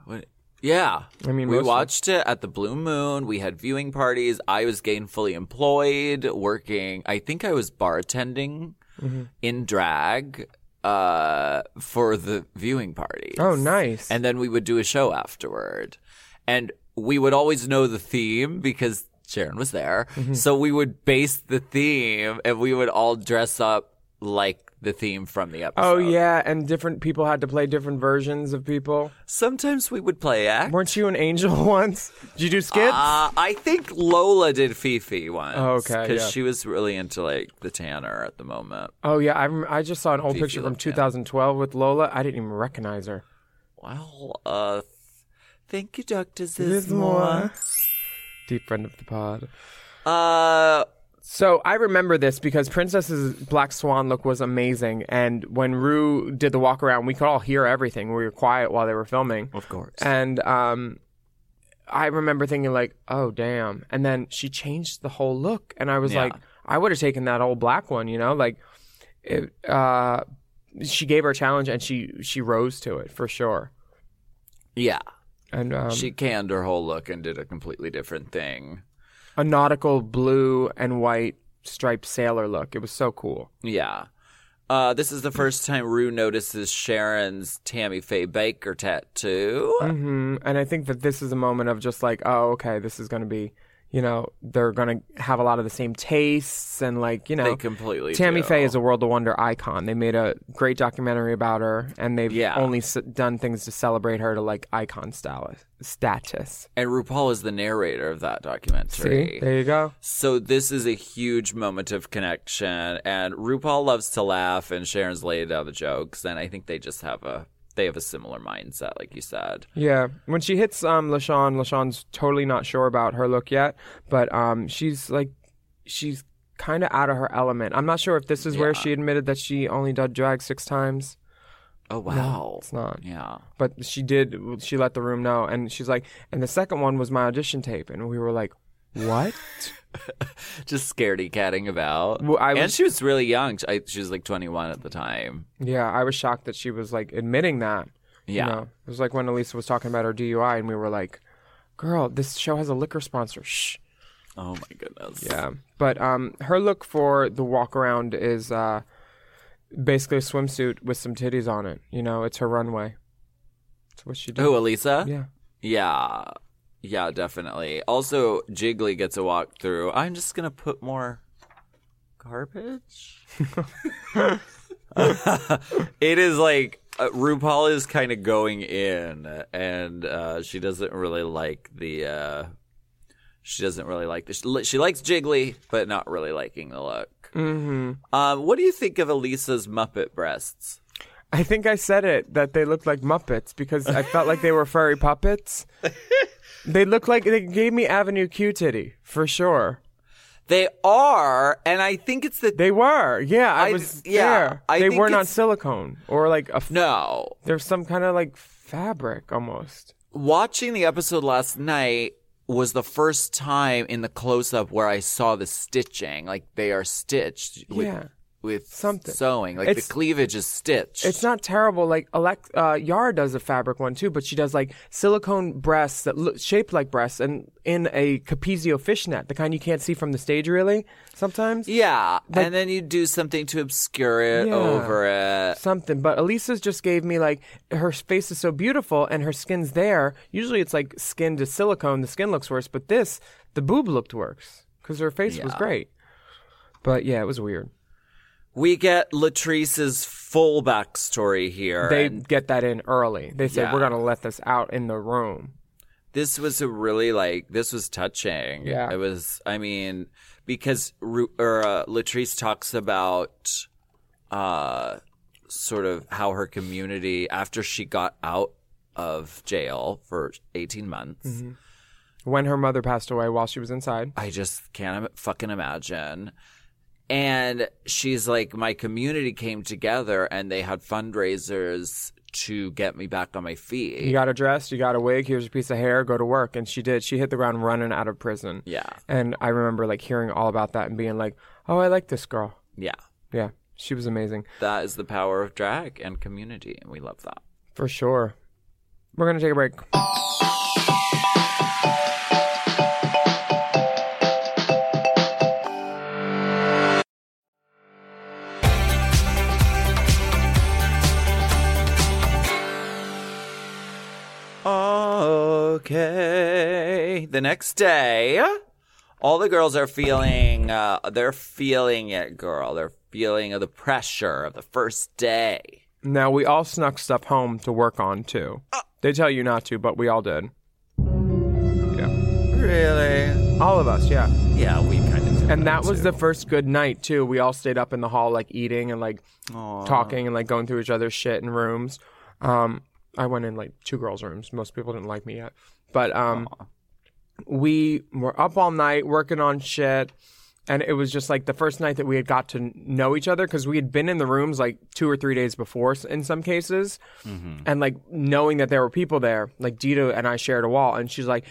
Speaker 3: What- Yeah,
Speaker 4: I mean,
Speaker 3: we
Speaker 4: mostly.
Speaker 3: watched it at the Blue Moon. We had viewing parties. I was gainfully employed, working. I think I was bartending
Speaker 4: Mm-hmm.
Speaker 3: in drag uh, for the viewing parties.
Speaker 4: Oh, nice.
Speaker 3: And then we would do a show afterward. And we would always know the theme because Sharon was there.
Speaker 4: Mm-hmm.
Speaker 3: So we would base the theme and we would all dress up like the theme from the episode.
Speaker 4: oh, yeah. And different people had to play different versions of people.
Speaker 3: Sometimes we would play act.
Speaker 4: Weren't you an angel *laughs* once? Did you do skits?
Speaker 3: Uh, I think Lola did Fifi once.
Speaker 4: Oh, okay,
Speaker 3: Because
Speaker 4: yeah.
Speaker 3: she was really into like the Tanner at the moment.
Speaker 4: oh, yeah. I, rem- I just saw an old
Speaker 3: Fifi
Speaker 4: picture from
Speaker 3: Love Tanner.
Speaker 4: 2012 with Lola. I didn't even recognize her.
Speaker 3: Well, uh, thank you, Dr.
Speaker 4: Zizmore.
Speaker 3: Zizmore.
Speaker 4: Deep friend of the pod.
Speaker 3: Uh,
Speaker 4: So I remember this because Princess's black swan look was amazing, and when Rue did the walk around, we could all hear everything. We were quiet while they were filming,
Speaker 3: of course.
Speaker 4: and um, I remember thinking like, "Oh damn!" And then she changed the whole look, and I was
Speaker 3: Yeah.
Speaker 4: like, "I would have taken that old black one," you know, like. It, uh, she gave her a challenge and she she rose to it for sure.
Speaker 3: yeah.
Speaker 4: And um,
Speaker 3: she canned her whole look and did a completely different thing.
Speaker 4: a nautical blue and white striped sailor look. It was so cool.
Speaker 3: Yeah. Uh, this is the first time Rue notices Sharon's Tammy Faye Baker tattoo.
Speaker 4: hmm And I think that this is a moment of just like, oh, okay, this is going to be, you know, they're going to have a lot of the same tastes and like, you know,
Speaker 3: They completely
Speaker 4: Tammy
Speaker 3: do.
Speaker 4: Faye is a World of Wonder icon. They made a great documentary about her, and they've
Speaker 3: Yeah.
Speaker 4: only s- done things to celebrate her to like icon status. Status.
Speaker 3: And RuPaul is the narrator of that documentary.
Speaker 4: See, there you go.
Speaker 3: So this is a huge moment of connection, and RuPaul loves to laugh, and Sharon's laid out the jokes, and I think they just have a they have a similar mindset, like you said.
Speaker 4: Yeah, when she hits um Lashawn, Lashawn's totally not sure about her look yet, but um she's like she's kind of out of her element. I'm not sure if this is where she admitted that she only did drag six times.
Speaker 3: Oh wow,
Speaker 4: It's not.
Speaker 3: yeah,
Speaker 4: But she did. She let the room know, and she's like, and the second one was my audition tape, and we were like, what?
Speaker 3: just scaredy catting about.
Speaker 4: Well, I
Speaker 3: and
Speaker 4: was-
Speaker 3: she was really young. I, she was like twenty one at the time.
Speaker 4: yeah, I was shocked that she was like admitting that.
Speaker 3: Yeah.
Speaker 4: you know? it was like when Elisa was talking about her DUI, and we were like, girl, this show has a liquor sponsor. Shh.
Speaker 3: Oh my goodness.
Speaker 4: Yeah, but um, her look for the walk around is uh, basically a swimsuit with some titties on it. You know, it's her runway. That's what she did.
Speaker 3: Who, Elisa?
Speaker 4: Yeah.
Speaker 3: Yeah. Yeah, definitely. Also, Jiggly gets a walkthrough. I'm just going to put more garbage. *laughs* it is like uh, RuPaul is kind of going in, and uh, she doesn't really like the. Uh, she doesn't really like this. She, li- she likes Jiggly, but not really liking the look. Mm-hmm. Um, what do you think of Elisa's Muppet breasts?
Speaker 4: I think I said it that they looked like Muppets because I felt like they were furry
Speaker 3: *laughs*
Speaker 4: puppets. they looked like they gave me Avenue Q titty for sure.
Speaker 3: They are, and I think it's the
Speaker 4: They were, yeah. I,
Speaker 3: I-
Speaker 4: was
Speaker 3: yeah,
Speaker 4: there.
Speaker 3: I
Speaker 4: they
Speaker 3: think
Speaker 4: were not
Speaker 3: it's-
Speaker 4: silicone or like a. F-
Speaker 3: no.
Speaker 4: There's some kind of like fabric almost.
Speaker 3: Watching the episode last night was the first time in the close up where I saw the stitching. Like they are stitched with,
Speaker 4: Yeah.
Speaker 3: with
Speaker 4: Something.
Speaker 3: sewing. Like
Speaker 4: It's-
Speaker 3: the cleavage is stitched.
Speaker 4: It's not terrible. Like Alex, uh, Yara does a fabric one too, but she does like silicone breasts that look shaped like breasts and in a capizio fishnet, the kind you can't see from the stage really sometimes.
Speaker 3: Yeah. and then you do something to obscure it
Speaker 4: Yeah.
Speaker 3: over it.
Speaker 4: Something, but Elisa's just gave me like her face is so beautiful and her skin's there. Usually it's like skin to silicone, the skin looks worse, but this, the boob looked worse because her face was
Speaker 3: Yeah.
Speaker 4: great. But yeah, it was weird.
Speaker 3: We get Latrice's full backstory here.
Speaker 4: They
Speaker 3: and
Speaker 4: get that in early. They said,
Speaker 3: Yeah.
Speaker 4: we're going to let this out in the room.
Speaker 3: this was a really like this was touching.
Speaker 4: Yeah.
Speaker 3: it was. I mean, because Ru- or uh, Latrice talks about uh, sort of how her community after she got out of jail for eighteen months.
Speaker 4: When her mother passed away while she was inside.
Speaker 3: I just can't im- fucking imagine. And she's like, my community came together and they had fundraisers to get me back on my feet.
Speaker 4: You got a dress, you got a wig, here's a piece of hair, go to work. And she did. She hit the ground running out of prison.
Speaker 3: Yeah.
Speaker 4: And I remember like hearing all about that and being like, oh, I like this girl.
Speaker 3: Yeah.
Speaker 4: Yeah. She was amazing.
Speaker 3: That is the power of drag and community. And we love that.
Speaker 4: For sure. We're going to take a break.
Speaker 3: Okay. The next day, all the girls are feeling, uh, they're feeling it, girl. They're feeling the pressure of the first day.
Speaker 4: Now, we all snuck stuff home to work on too. They tell you not to, but we all did. Yeah.
Speaker 3: Really?
Speaker 4: All of us, yeah.
Speaker 3: Yeah, we kind of did.
Speaker 4: And that was the first good night too. We all stayed up in the hall, like eating and like talking and like going through each other's shit in rooms. Um, I went in like two girls' rooms. Most people didn't like me yet, but um, we were up all night working on shit. And it was just like the first night that we had got to know each other because we had been in the rooms like two or three days before s- in some cases. And like knowing that there were people there, like Dita and I shared a wall. And she's like,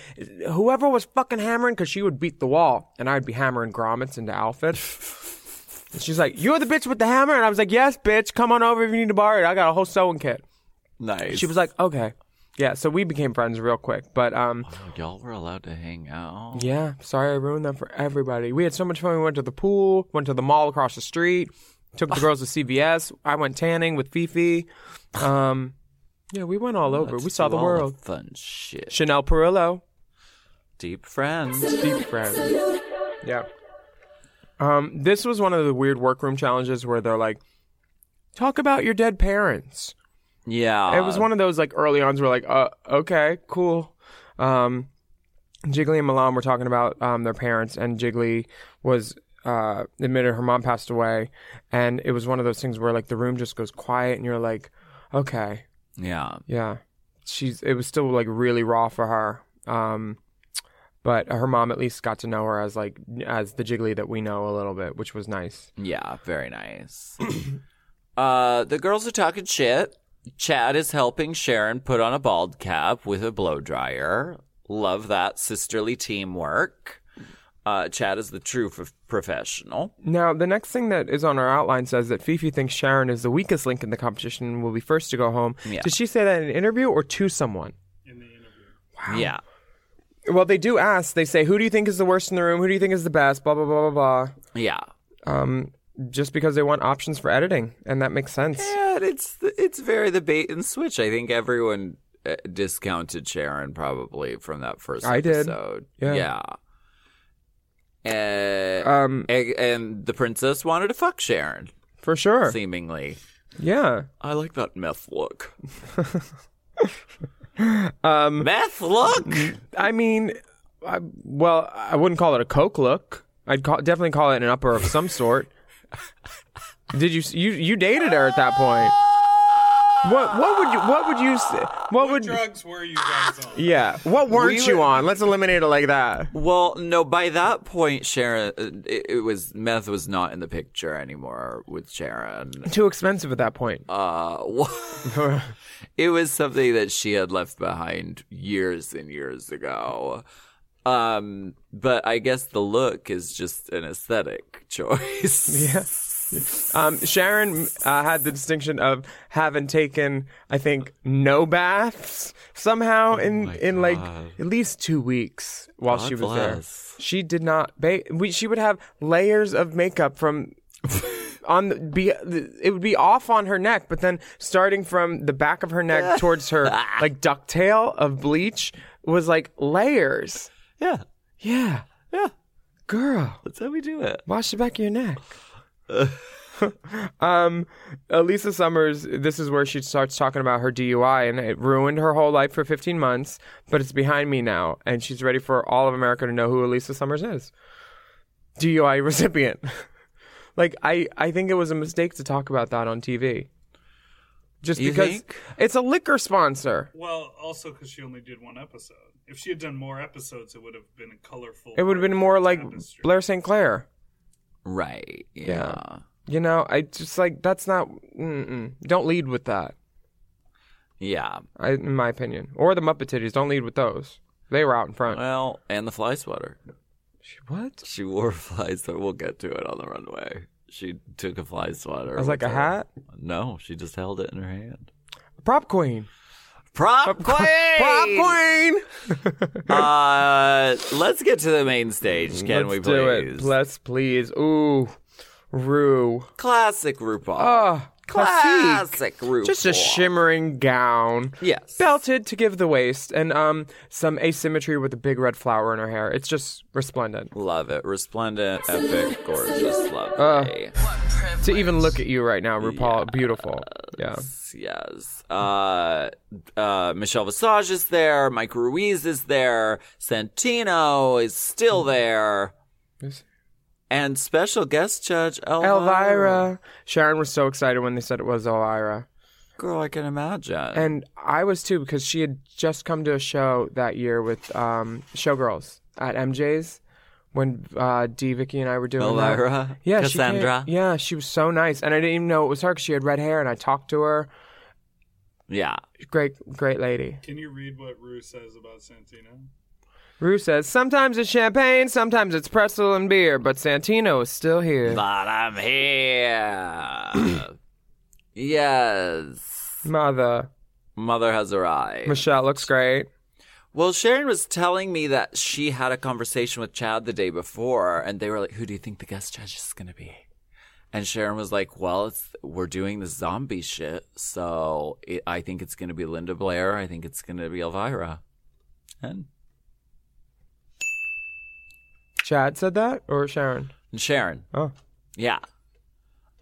Speaker 4: whoever was fucking hammering, because she would beat the wall and I'd be hammering grommets into outfits. And she's like, you're the bitch with the hammer. And I was like, yes, bitch, come on over if you need to borrow it. I got a whole sewing kit.
Speaker 3: nice.
Speaker 4: She was like, okay. Yeah, so we became friends real quick. But um,
Speaker 3: Y'all were allowed to hang out.
Speaker 4: yeah, sorry I ruined that for everybody. We had so much fun. We went to the pool, went to the mall across the street, took the girls
Speaker 3: *laughs*
Speaker 4: to CVS. I went tanning with Fifi. Um, yeah, we went all over.
Speaker 3: Let's
Speaker 4: we saw
Speaker 3: do
Speaker 4: the
Speaker 3: all
Speaker 4: world.
Speaker 3: Fun shit.
Speaker 4: Chanel Perillo,
Speaker 3: Deep friends.
Speaker 4: deep friend. Yeah. Um, this was one of the weird workroom challenges where they're like, talk about your dead parents.
Speaker 3: Yeah.
Speaker 4: it was one of those like early ons where like, uh, okay, cool. Um, Jiggly and Milan were talking about um, their parents, and Jiggly was uh, admitted her mom passed away, and it was one of those things where like the room just goes quiet, and you're like, okay,
Speaker 3: Yeah.
Speaker 4: yeah, she's. It was still like really raw for her. Um, but her mom at least got to know her as like as the Jiggly that we know a little bit, which was nice.
Speaker 3: Yeah. Very nice. *clears throat* uh, the girls are talking shit. Chad is helping Sharon put on a bald cap with a blow dryer. Love that sisterly teamwork. Uh, Chad is the true f- professional.
Speaker 4: Now, the next thing that is on our outline says that Fifi thinks Sharon is the weakest link in the competition and will be first to go home.
Speaker 3: Yeah.
Speaker 4: Did she say that in an interview or to someone?
Speaker 5: in the interview.
Speaker 3: Yeah.
Speaker 4: Well, they do ask. They say, "Who do you think is the worst in the room? Who do you think is the best?" Blah blah blah blah
Speaker 3: Yeah.
Speaker 4: blah. Um, just because they want options for editing, and that makes sense.
Speaker 3: Yeah, it's it's very the bait and switch. I think everyone uh, discounted Sharon probably from that first
Speaker 4: I did.
Speaker 3: episode.
Speaker 4: Yeah.
Speaker 3: Yeah. Uh,
Speaker 4: Um,
Speaker 3: and, and the princess wanted to fuck Sharon,
Speaker 4: for sure.
Speaker 3: seemingly.
Speaker 4: Yeah.
Speaker 3: I like that meth look.
Speaker 4: *laughs* Um,
Speaker 3: Meth look?
Speaker 4: I mean, I, well, I wouldn't call it a coke look. I'd call, definitely call it an upper of some sort. Did you you you dated her at that point? What what would you what would you say? What would
Speaker 5: drugs were you guys on?
Speaker 4: Yeah. What weren't
Speaker 3: We
Speaker 4: you
Speaker 3: were-
Speaker 4: on? Let's eliminate it like that.
Speaker 3: Well, no, by that point, Sharon, uh, it, it was meth was not in the picture anymore with
Speaker 4: *laughs*
Speaker 3: Sharon.
Speaker 4: Too expensive at that point.
Speaker 3: Uh, *laughs* wha- it was something that she had left behind years and years ago. Um, but I guess the look is just an aesthetic *laughs* choice.
Speaker 4: Yeah. *laughs* Um, Sharon uh, had the distinction of having taken, I think, no baths somehow in in like at least two weeks while
Speaker 3: Oh God
Speaker 4: she was
Speaker 3: bless.
Speaker 4: there. She did not bathe. We, she would have layers of
Speaker 3: *laughs*
Speaker 4: makeup from on the, be it would be off on her neck, but then starting from the back of her neck towards her like ducktail of bleach was like layers.
Speaker 3: Yeah.
Speaker 4: Yeah,
Speaker 3: Yeah.
Speaker 4: girl.
Speaker 3: That's how we do it.
Speaker 4: Wash the back of your neck. *laughs* um, Elisa Summers, this is where she starts talking about her DUI, and it ruined her whole life for 15 months, but it's behind me now, and she's ready for all of America to know who Elisa Summers is. DUI recipient. *laughs* like, I, I think it was a mistake to talk about that on TV. Just
Speaker 3: You
Speaker 4: because
Speaker 3: think?
Speaker 4: it's a liquor sponsor.
Speaker 5: Well, also because she only did one episode. If she had done more episodes, it would have been a colorful.
Speaker 4: It would have been more like
Speaker 5: tapestry.
Speaker 4: Blair St. Clair.
Speaker 3: Right. Yeah.
Speaker 4: Yeah. You know, I just like, that's not, mm-mm. don't lead with that.
Speaker 3: Yeah.
Speaker 4: I, in my opinion. Or the Muppet Titties. Don't lead with those. They were out in front.
Speaker 3: Well, and the fly sweater.
Speaker 4: what?
Speaker 3: She wore a fly sweater. We'll get to it on the runway. She took a fly sweater.
Speaker 4: I was like
Speaker 3: with
Speaker 4: a
Speaker 3: her.
Speaker 4: hat.
Speaker 3: No, she just held it in her hand.
Speaker 4: Prop queen.
Speaker 3: Prop queen.
Speaker 4: *laughs* Prop queen.
Speaker 3: uh, let's get to the main stage, can
Speaker 4: Let's
Speaker 3: we please?
Speaker 4: do it. Let's please. Ooh, Rue.
Speaker 3: Classic RuPaul.
Speaker 4: Ah, classique.
Speaker 3: Classic RuPaul.
Speaker 4: Just a shimmering gown.
Speaker 3: Yes.
Speaker 4: Belted to give the waist, and um, some asymmetry with a big red flower in her hair. It's just resplendent.
Speaker 3: Love it. Resplendent, epic, gorgeous,
Speaker 4: Ah.
Speaker 3: lovely.
Speaker 4: To even look at you right now, RuPaul, beautiful. Yeah.
Speaker 3: yes. Uh, uh, Michelle Visage is there. Mike Ruiz is there. Santino is still there.
Speaker 4: Mm-hmm. Yes.
Speaker 3: And special guest judge Elvira.
Speaker 4: Elvira. Sharon was so excited when they said it was Elvira.
Speaker 3: Girl, I can imagine.
Speaker 4: And I was too because she had just come to a show that year with um, Showgirls at MJ's when uh, D, Vicky, and I were doing that.
Speaker 3: Elvira.
Speaker 4: Yeah, she came-
Speaker 3: Cassandra.
Speaker 4: yeah, she was so nice, and I didn't even know it was her because she had red hair, and I talked to her.
Speaker 3: yeah.
Speaker 4: Great, great lady.
Speaker 5: Can you read what Rue says about Santino?
Speaker 4: Rue says sometimes it's champagne, sometimes it's pretzel and beer, but Santino is still here.
Speaker 3: But I'm
Speaker 4: *clears throat*
Speaker 3: here. yes.
Speaker 4: Mother,
Speaker 3: Mother has arrived.
Speaker 4: Michelle looks great.
Speaker 3: well, Sharon was telling me that she had a conversation with Chad the day before, and they were like, Who do you think the guest judge is going to be? And Sharon was like, Well, it's, we're doing the zombie shit, so it, I think it's going to be Linda Blair. I think it's going to be Elvira. And,
Speaker 4: Chad said that, or Sharon?
Speaker 3: and Sharon.
Speaker 4: Oh,
Speaker 3: Yeah.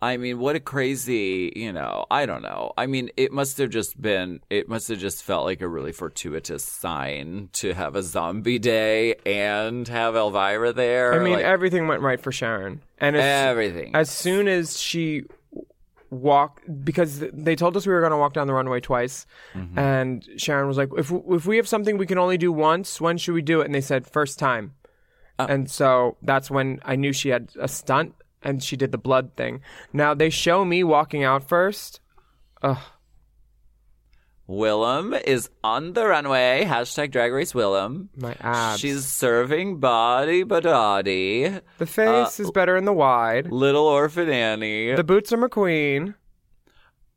Speaker 3: I mean, what a crazy, you know, I don't know. I mean, it must have just been, it must have just felt like a really fortuitous sign to have a zombie day and have Elvira there.
Speaker 4: I mean
Speaker 3: like,
Speaker 4: everything went right for Sharon, and it's,
Speaker 3: everything.
Speaker 4: as soon as she walked because th- they told us we were going to walk down the runway twice and Sharon was like if if we have something we can only do once when should we do it and they said first time and so that's when I knew she had a stunt and she did the blood thing now they show me walking out first
Speaker 3: Willem is on the runway. Hashtag Drag Race Willem.
Speaker 4: my abs
Speaker 3: She's serving body badadi.
Speaker 4: the face is better in the wide
Speaker 3: Little Orphan Annie.
Speaker 4: the boots are McQueen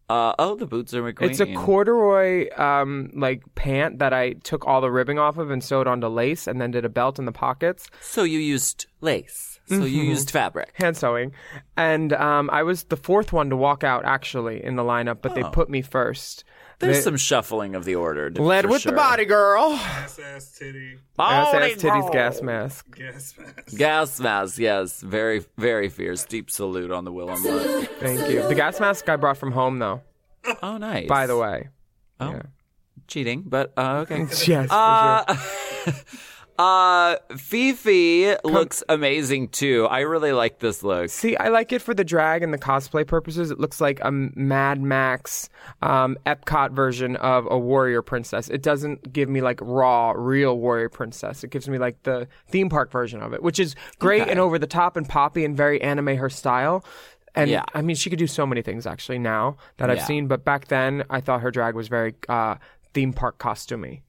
Speaker 3: uh, oh, the boots are McQueen.
Speaker 4: It's a corduroy um like pant that I took all the ribbing off of and sewed onto lace and then did a belt in the pockets.
Speaker 3: So you used lace. So you
Speaker 4: Mm-hmm.
Speaker 3: used fabric.
Speaker 4: Hand sewing. And um I was the fourth one to walk out actually in the lineup, but they put me first.
Speaker 3: There's
Speaker 4: They-
Speaker 3: some shuffling of the order. to-
Speaker 4: led
Speaker 3: for
Speaker 4: with the
Speaker 3: sure.
Speaker 4: body girl.
Speaker 5: Ass, ass, titty,
Speaker 4: Ass,
Speaker 3: Body
Speaker 4: ass, titties, gas
Speaker 3: roll.
Speaker 4: mask.
Speaker 5: gas mask.
Speaker 3: Gas mask, yes. Very, very fierce. Deep salute on the Willem
Speaker 4: *laughs*
Speaker 3: look.
Speaker 4: Thank you. The gas mask I brought from home though,
Speaker 3: Oh, nice.
Speaker 4: by the way. *laughs*
Speaker 3: Oh, cheating, but uh, okay. *laughs*
Speaker 4: Yes.
Speaker 3: Uh, Uh, Fifi looks amazing too. I really like this look.
Speaker 4: See, I like it for the drag and the cosplay purposes. It looks like a Mad Max um, Epcot version of a warrior princess. It doesn't give me like raw, real warrior princess. It gives me like the theme park version of it, which is great and over the top and poppy and very anime her style. And
Speaker 3: Yeah.
Speaker 4: I mean, she could do so many things actually now that I've
Speaker 3: Yeah.
Speaker 4: seen, but back then I thought her drag was very uh, theme park costumey.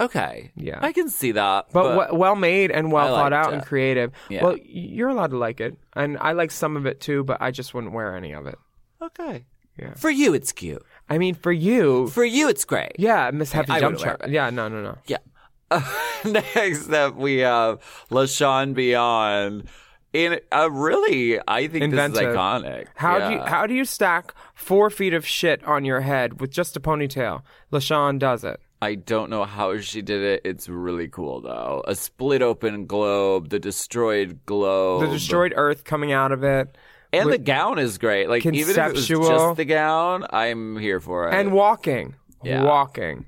Speaker 3: Okay.
Speaker 4: Yeah.
Speaker 3: I can see that.
Speaker 4: But, we- well made and well
Speaker 3: I
Speaker 4: thought
Speaker 3: liked
Speaker 4: out and
Speaker 3: it.
Speaker 4: creative.
Speaker 3: Yeah.
Speaker 4: Well, y- you're allowed to like it, and I like some of it too, but I just wouldn't wear any of it.
Speaker 3: okay.
Speaker 4: Yeah.
Speaker 3: For you, it's cute.
Speaker 4: I mean, for you,
Speaker 3: For you, it's great.
Speaker 4: yeah, Miss Happy
Speaker 3: I
Speaker 4: Jump
Speaker 3: wouldn't wear
Speaker 4: Chart. Yeah, no, no, no.
Speaker 3: Yeah. *laughs* Next up, we have LaShawn Beyond. In a really, I think this
Speaker 4: Inventive.
Speaker 3: is iconic.
Speaker 4: How do you
Speaker 3: Yeah.
Speaker 4: how do you stack four feet of shit on your head with just a ponytail? Lashawn does it.
Speaker 3: I don't know how she did it. It's really cool though. A split open globe, the destroyed globe,
Speaker 4: The destroyed Earth coming out of it,
Speaker 3: and the gown is great. Like even if it was
Speaker 4: Conceptual.
Speaker 3: just the gown, I'm here for it.
Speaker 4: and walking,
Speaker 3: Yeah.
Speaker 4: walking.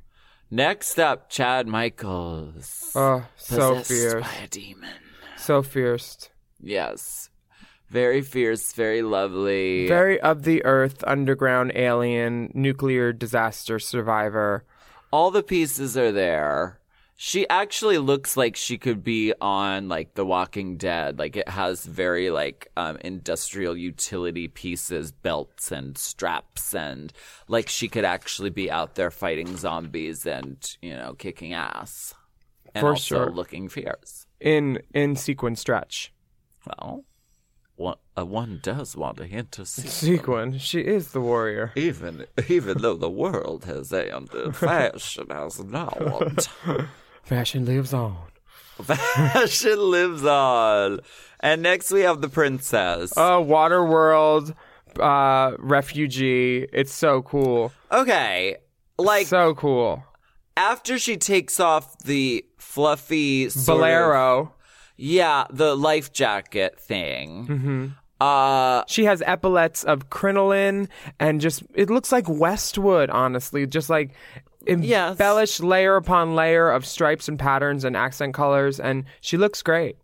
Speaker 3: next up, Chad Michaels,
Speaker 4: Oh, so
Speaker 3: possessed
Speaker 4: fierce,
Speaker 3: by a demon.
Speaker 4: so fierce.
Speaker 3: Yes, very fierce, very lovely.
Speaker 4: Very of the earth, underground alien, nuclear disaster survivor.
Speaker 3: All the pieces are there. She actually looks like she could be on like The Walking Dead. Like it has very like um, industrial utility pieces, belts and straps, and like she could actually be out there fighting zombies and you know kicking ass, and
Speaker 4: For
Speaker 3: also
Speaker 4: sure.
Speaker 3: looking fierce.
Speaker 4: in in sequin stretch.
Speaker 3: Well, one, uh, one does want to hint to see.
Speaker 4: Sequin, she is the warrior.
Speaker 3: *laughs* Even even though the world has ended, fashion has *laughs* not.
Speaker 4: Fashion lives on.
Speaker 3: *laughs* Fashion lives on. And next we have the princess.
Speaker 4: A water world uh, refugee. It's so cool.
Speaker 3: okay. Like
Speaker 4: so cool.
Speaker 3: after she takes off the fluffy sort of-
Speaker 4: Bolero.
Speaker 3: yeah, the life jacket thing.
Speaker 4: Mm-hmm.
Speaker 3: Uh
Speaker 4: She has epaulets of crinoline and just it looks like Westwood, honestly. Just like
Speaker 3: Yes.
Speaker 4: embellished layer upon layer of stripes and patterns and accent colors, and she looks great.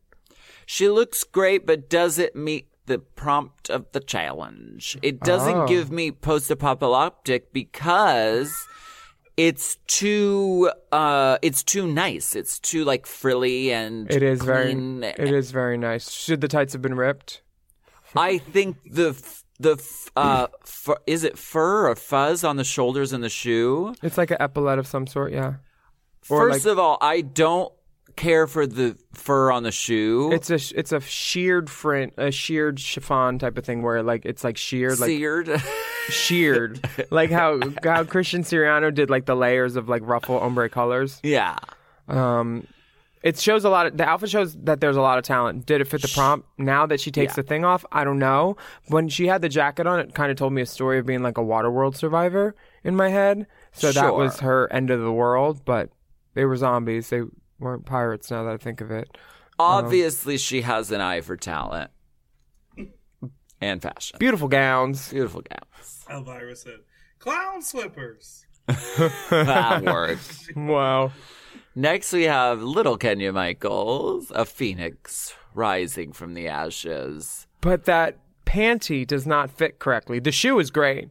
Speaker 3: she looks great but doesn't meet the prompt of the challenge. It doesn't
Speaker 4: Oh.
Speaker 3: give me post-apocalyptic because it's too uh it's too nice. It's too like frilly and
Speaker 4: It is very
Speaker 3: clean
Speaker 4: it is very nice. Should the tights have been ripped?
Speaker 3: I think the f- the f- uh fu- is it fur or fuzz on the shoulders and the shoe.
Speaker 4: It's like an epaulet of some sort, yeah. Or
Speaker 3: First
Speaker 4: like-
Speaker 3: of all, I don't care for the fur on the shoe.
Speaker 4: It's a sh- it's a sheared print, a sheared chiffon type of thing where like it's like sheared, like
Speaker 3: seared. *laughs*
Speaker 4: sheared, like how how Christian Siriano did like the layers of like ruffle ombre colors. Um,
Speaker 3: yeah.
Speaker 4: It shows a lot. Of, the outfit shows that there's a lot of talent. Did it fit the prompt? Now that she takes the thing off, I don't know. When she had the jacket on, it kind of told me a story of being like a Waterworld survivor in my head. So that was her end of the world, but they were zombies. They weren't pirates. Now that I think of it,
Speaker 3: Obviously, she has an eye for talent and fashion.
Speaker 4: beautiful gowns.
Speaker 3: Beautiful gowns.
Speaker 5: Elvira said, "Clown slippers."
Speaker 4: *laughs*
Speaker 3: That works.
Speaker 4: Wow.
Speaker 3: Next, we have little Kenya Michaels, a phoenix rising from the ashes.
Speaker 4: but that panty does not fit correctly. The shoe is great.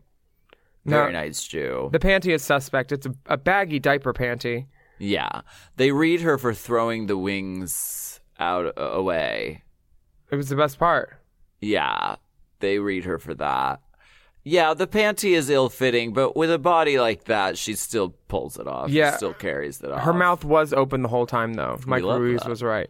Speaker 4: No,
Speaker 3: Very nice shoe.
Speaker 4: The panty is suspect. It's a, a baggy diaper panty.
Speaker 3: Yeah. They read her for throwing the wings out uh, away.
Speaker 4: It was the best part.
Speaker 3: Yeah. They read her for that. Yeah, the panty is ill fitting, but with a body like that, she still pulls it off.
Speaker 4: Yeah.
Speaker 3: She still carries it off.
Speaker 4: Her mouth was open the whole time, though. Mike
Speaker 3: love
Speaker 4: Ruiz
Speaker 3: that.
Speaker 4: was right.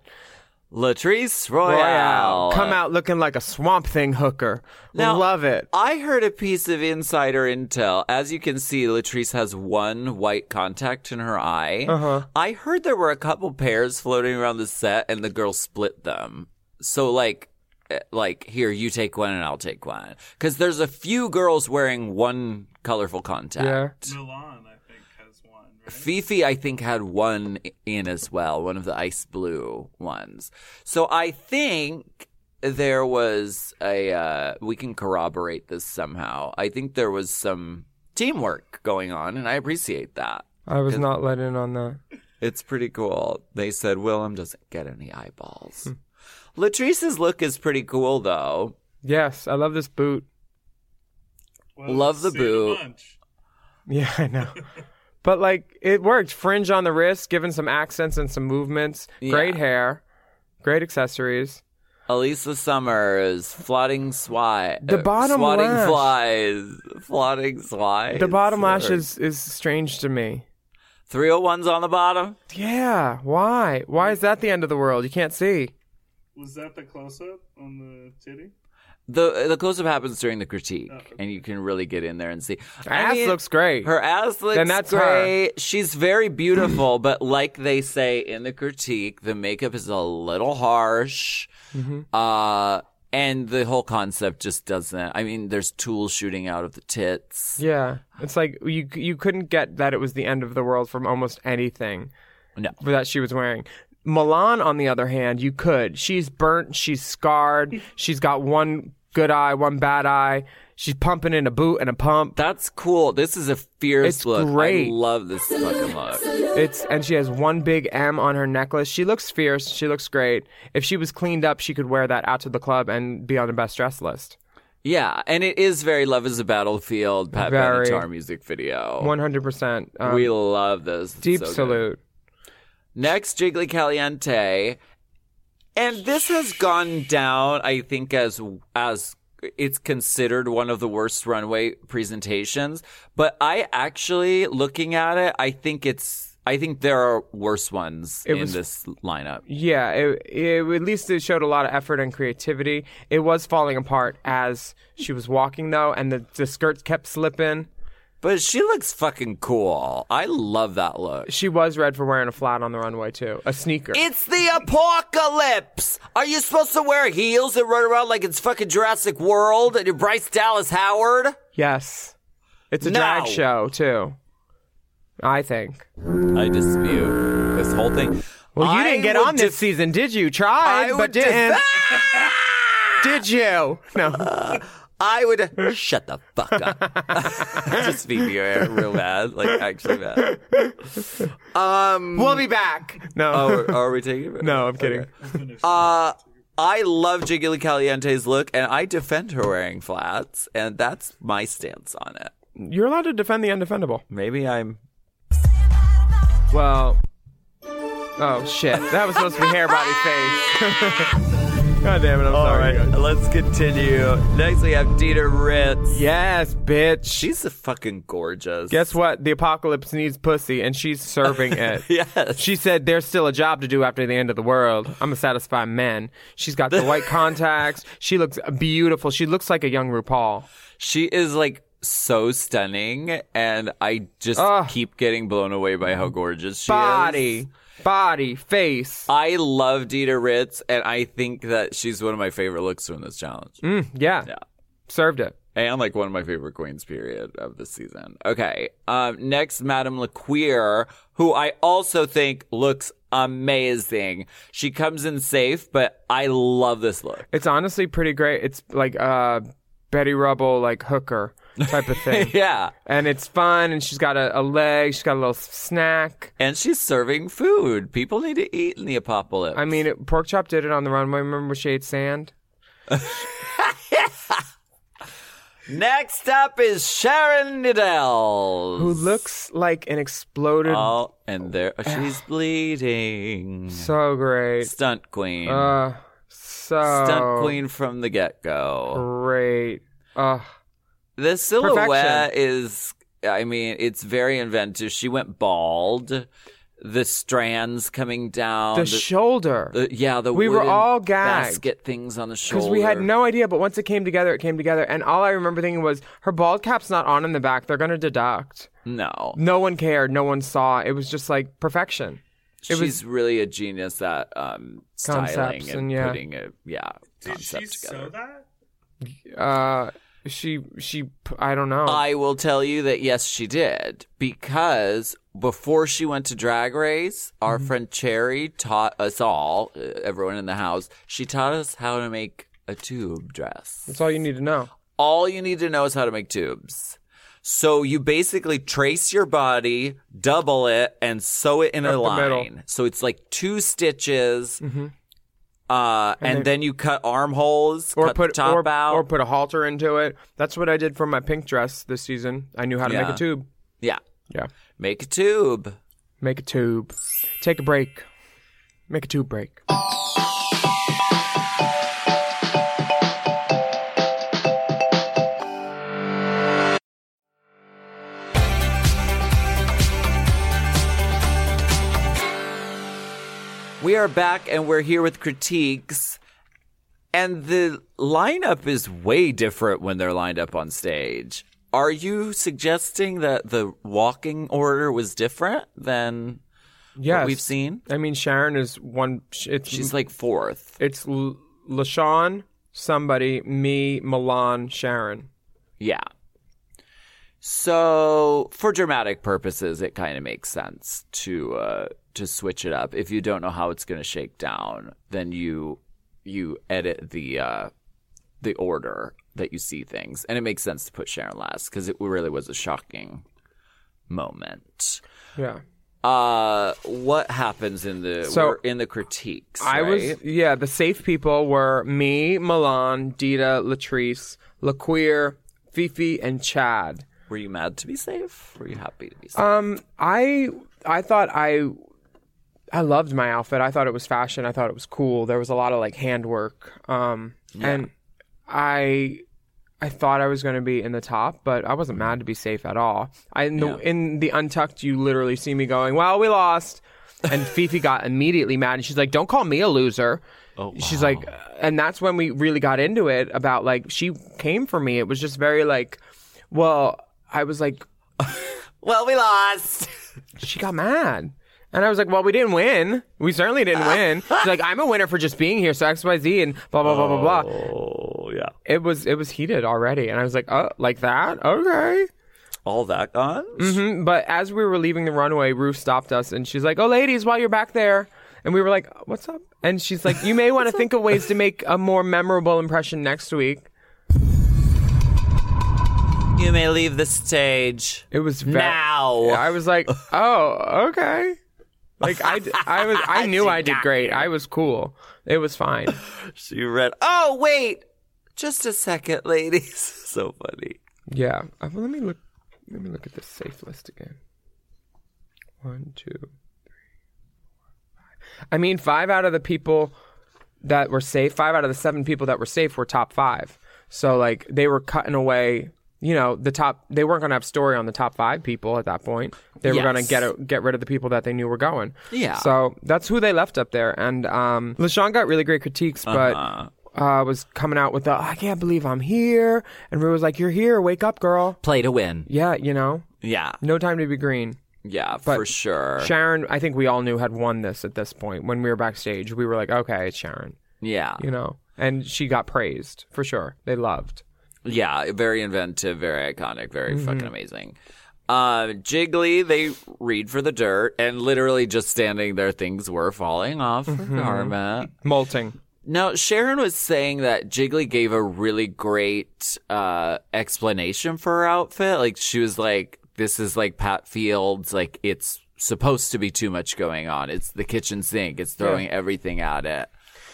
Speaker 3: Latrice Royale.
Speaker 4: Royale, Come out looking like a swamp thing hooker.
Speaker 3: Now- uh,
Speaker 4: Love it.
Speaker 3: I heard a piece of insider intel. As you can see, Latrice has one white contact in her eye. Uh-huh. I heard there were a couple pairs floating around the set, and the girl split them. So, like, eh, like here, you take one, and I'll take one, because there's a few girls wearing one colorful contact.
Speaker 5: Milan, I think, has one. Right?
Speaker 3: Fifi, I think, had one in as well, one of the ice blue ones. So I think there was a, uh, we can corroborate this somehow. I think there was some teamwork going on, and I appreciate that.
Speaker 4: I was not let in on that.
Speaker 3: It's pretty cool. They said Willem doesn't get any eyeballs. Hmm. Latrice's look is pretty cool though.
Speaker 4: Yes, I love this boot. *laughs*
Speaker 3: Love the boot.
Speaker 4: Yeah, I know. but like it worked. Fringe on the wrist, given some accents and some movements. Great
Speaker 3: Yeah.
Speaker 4: hair. Great accessories.
Speaker 3: Elisa Summers, floating swi
Speaker 4: The
Speaker 3: uh,
Speaker 4: bottom
Speaker 3: swatting
Speaker 4: lash.
Speaker 3: flies, floating swies.
Speaker 4: the bottom lash is, is strange to me.
Speaker 3: 301's on the bottom.
Speaker 4: Yeah, why? Why is that the end of the world? You can't see.
Speaker 5: Was that the close up on the titty?
Speaker 3: The the close up happens during the critique, and you can really get in there and see.
Speaker 4: Her ass looks great.
Speaker 3: Her ass looks
Speaker 4: Then that's her.
Speaker 3: great. She's very beautiful, *clears throat* but like they say in the critique, the makeup is a little harsh.
Speaker 4: Mm-hmm.
Speaker 3: Uh, and the whole concept just doesn't. I mean, there's tools shooting out of the tits.
Speaker 4: Yeah, it's like you you couldn't get that it was the end of the world from almost anything
Speaker 3: No.
Speaker 4: that she was wearing. Milan, on the other hand, you could. She's burnt. She's scarred. She's got one good eye, one bad eye. She's pumping in a boot and a pump.
Speaker 3: That's cool. This is a fierce
Speaker 4: It's
Speaker 3: look.
Speaker 4: great.
Speaker 3: I love this fucking look.
Speaker 4: It's and she has one big M on her necklace. She looks fierce. She looks great. If she was cleaned up, she could wear that out to the club and be on the best dress list.
Speaker 3: Yeah, and it is very Love is a Battlefield Pat
Speaker 4: Very.
Speaker 3: Benatar music video.
Speaker 4: One hundred percent.
Speaker 3: Oh.
Speaker 4: um,
Speaker 3: we love this. It's
Speaker 4: Deep
Speaker 3: so good.
Speaker 4: salute.
Speaker 3: Next, Jiggly Caliente. And this has gone down, I think, as as it's considered one of the worst runway presentations. But I actually, looking at it, I think it's I think there are worse ones
Speaker 4: It
Speaker 3: in
Speaker 4: was-
Speaker 3: this lineup.
Speaker 4: Yeah, it, it, at least it showed a lot of effort and creativity. It was falling apart as she was walking, though, and the, the skirts kept slipping.
Speaker 3: But she looks fucking cool. I love that look.
Speaker 4: She was red for wearing a flat on the runway, too. A sneaker.
Speaker 3: It's the apocalypse. Are you supposed to wear heels and run around like it's fucking Jurassic World and you're Bryce Dallas Howard?
Speaker 4: yes. It's a
Speaker 3: No.
Speaker 4: drag show, too. I think.
Speaker 3: I dispute this whole thing.
Speaker 4: Well, you
Speaker 3: I
Speaker 4: didn't get
Speaker 3: would
Speaker 4: on this
Speaker 3: def-
Speaker 4: season, did you? Tried,
Speaker 3: I
Speaker 4: but
Speaker 3: would
Speaker 4: didn't.
Speaker 3: *laughs* def-
Speaker 4: Did you? No.
Speaker 3: I would
Speaker 4: *laughs*
Speaker 3: shut the fuck up. *laughs* Just be real real bad, like actually bad. Um,
Speaker 4: we'll be back. No.
Speaker 3: oh,
Speaker 4: *laughs*
Speaker 3: are we taking it?
Speaker 4: no, I'm kidding.
Speaker 3: Uh, I love Jiggly Caliente's look, and I defend her wearing flats, and that's my stance on it.
Speaker 4: You're allowed to defend the undefendable.
Speaker 3: Maybe I'm
Speaker 4: Well, oh shit, that was supposed to be hair, body, face. *laughs* God damn it, I'm
Speaker 3: All
Speaker 4: sorry.
Speaker 3: right,
Speaker 4: guys.
Speaker 3: let's continue. Next, we have Dieter Ritz.
Speaker 4: Yes, bitch.
Speaker 3: She's a fucking gorgeous. *laughs*
Speaker 4: Guess what? The apocalypse needs pussy, and she's serving it.
Speaker 3: Yes.
Speaker 4: She said there's still a job to do after the end of the world. I'm a satisfied man. She's got the
Speaker 3: *laughs*
Speaker 4: white contacts. She looks beautiful. She looks like a young RuPaul.
Speaker 3: She is like so stunning, and I just
Speaker 4: Ugh.
Speaker 3: keep getting blown away by how gorgeous she is. Uh,
Speaker 4: Body, body, face.
Speaker 3: I love Dieter Ritz, and I think that she's one of my favorite looks from this challenge.
Speaker 4: Mm, yeah.
Speaker 3: Yeah.
Speaker 4: Served it.
Speaker 3: And like one of my favorite queens, period, of this season. Okay. Um, next, Madame LaQueer, who I also think looks amazing. She comes in safe, but I love this look.
Speaker 4: It's honestly pretty great. It's like uh, Betty Rubble, like hooker type of
Speaker 3: *laughs*
Speaker 4: thing.
Speaker 3: Yeah.
Speaker 4: and it's fun and she's got a, a leg she's got a little s- snack
Speaker 3: And she's serving food. People need to eat in the apocalypse.
Speaker 4: i mean it, pork chop did it on the runway remember shade sand
Speaker 3: Next up is Sharon Needles.
Speaker 4: who looks like an exploded
Speaker 3: Oh, and there she's
Speaker 4: *sighs*
Speaker 3: bleeding.
Speaker 4: so great
Speaker 3: Stunt queen.
Speaker 4: uh so
Speaker 3: Stunt queen from the get go.
Speaker 4: great uh
Speaker 3: The silhouette is, I mean, it's very inventive. She went bald. The strands coming down.
Speaker 4: the shoulder
Speaker 3: the- yeah, the
Speaker 4: We were
Speaker 3: wooden
Speaker 4: all gagged.
Speaker 3: basket things on the shoulder.
Speaker 4: because we had no idea, but once it came together, it came together. And all I remember thinking was, her bald cap's not on in the back. They're going to deduct.
Speaker 3: no.
Speaker 4: No one cared. No one saw. It was just like perfection.
Speaker 3: She's
Speaker 4: was-
Speaker 3: really a genius at um, styling
Speaker 4: Concepts
Speaker 3: and,
Speaker 4: and, yeah.
Speaker 3: putting a yeah
Speaker 5: Did she
Speaker 3: concept
Speaker 5: sew
Speaker 3: together.
Speaker 5: that?
Speaker 4: Uh, she, she, I don't know.
Speaker 3: I will tell you that yes, she did because before she went to Drag Race,
Speaker 4: Mm-hmm.
Speaker 3: our friend Cherry taught us all, uh, everyone in the house, she taught us how to make a tube dress.
Speaker 4: That's all you need to know.
Speaker 3: All you need to know is how to make tubes. So you basically trace your body, double it, and sew it in a
Speaker 4: Up the middle.
Speaker 3: line. So it's like two stitches,
Speaker 4: Mhm.
Speaker 3: uh, and,
Speaker 4: And
Speaker 3: then,
Speaker 4: then-
Speaker 3: you cut armholes,
Speaker 4: or
Speaker 3: cut
Speaker 4: put
Speaker 3: the top
Speaker 4: or,
Speaker 3: out,
Speaker 4: or put a halter into it. That's what I did for my pink dress this season. I knew how to
Speaker 3: Yeah.
Speaker 4: make a tube.
Speaker 3: yeah,
Speaker 4: Yeah,
Speaker 3: make a tube.
Speaker 4: make a tube. Take a break. Make a tube break.
Speaker 3: We are back and we're here with critiques. And the lineup is way different when they're lined up on stage. Are you suggesting that the walking order was different than
Speaker 4: Yes,
Speaker 3: what we've seen?
Speaker 4: I mean, Sharon is one. sh- It's
Speaker 3: She's like fourth.
Speaker 4: it's L- Lashawn, somebody, me, Milan, Sharon.
Speaker 3: Yeah. So, for dramatic purposes, it kind of makes sense to uh, to switch it up. If you don't know how it's going to shake down, then you you edit the uh, the order that you see things, and it makes sense to put Sharon last because it really was a shocking moment.
Speaker 4: Yeah.
Speaker 3: Uh, what happens in the
Speaker 4: So-
Speaker 3: we're in the critiques?
Speaker 4: I was
Speaker 3: right?
Speaker 4: yeah. The safe people were me, Milan, Dita, Latrice, LaQueer, Fifi, and Chad.
Speaker 3: Were you mad to be safe? Were you happy to be safe?
Speaker 4: Um, I I thought I I loved my outfit. I thought it was fashion. I thought it was cool. There was a lot of like handwork. Um, and I I thought I was going to be in the top, but I wasn't mad to be safe at all. I in the, in the untucked, you literally see me going, "Well, we lost." and Fifi got immediately mad, and she's like, "Don't call me a loser." Oh, She's like, and that's when we really got into it about like she came for me. It was just very like, well, I was like,
Speaker 3: well, we lost. *laughs*
Speaker 4: she got mad. And I was like, well, we didn't win. We certainly didn't win. She's like, I'm a winner for just being here, so XYZ and blah blah blah blah blah.
Speaker 3: Oh yeah,
Speaker 4: It was it was heated already. And I was like, oh, like that? Okay.
Speaker 3: all that gone.
Speaker 4: Mhm. But as we were leaving the runway, Rue stopped us and she's like, Oh ladies, while you're back there and we were like, What's up? And she's like, You may want to think of ways to make a more memorable impression next week.
Speaker 3: You may leave the stage.
Speaker 4: It was ve-
Speaker 3: Now.
Speaker 4: Yeah, I was like, oh, okay. Like I, d- I was, *laughs* I knew I did great. I was cool. It was fine.
Speaker 3: She read. Oh wait, just a second, ladies. *laughs* so funny.
Speaker 4: Yeah. Uh, well, let me look. Let me look at this safe list again. One, two, three, four, five. I mean, five out of the people that were safe, five out of the seven people that were safe were top five. So like they were cutting away. You know, the top. They weren't going to have story on the top five people at that point. They were going
Speaker 3: Yes.
Speaker 4: to get a, get rid of the people that they knew were going.
Speaker 3: Yeah.
Speaker 4: So that's who they left up there. And um, LaShawn got really great critiques, but
Speaker 3: Uh-huh.
Speaker 4: uh, was coming out with the I can't believe I'm here, and Rue was like, "You're here, wake up, girl."
Speaker 3: Play to win.
Speaker 4: Yeah, you know,
Speaker 3: Yeah,
Speaker 4: no time to be green.
Speaker 3: yeah,
Speaker 4: But
Speaker 3: for sure.
Speaker 4: Sharon, I think we all knew had won this at this point. When we were backstage, we were like, "Okay, it's Sharon,"
Speaker 3: yeah,
Speaker 4: you know, and she got praised for sure. They loved.
Speaker 3: yeah. Very inventive, very iconic, very fucking amazing. Uh, Jiggly, they read for the dirt, and literally just standing there, things were falling off her garment.
Speaker 4: Molting.
Speaker 3: Now, Sharon was saying that Jiggly gave a really great uh, explanation for her outfit. Like, she was like, this is like Pat Fields. Like, it's supposed to be too much going on. It's the kitchen sink, it's throwing everything at it.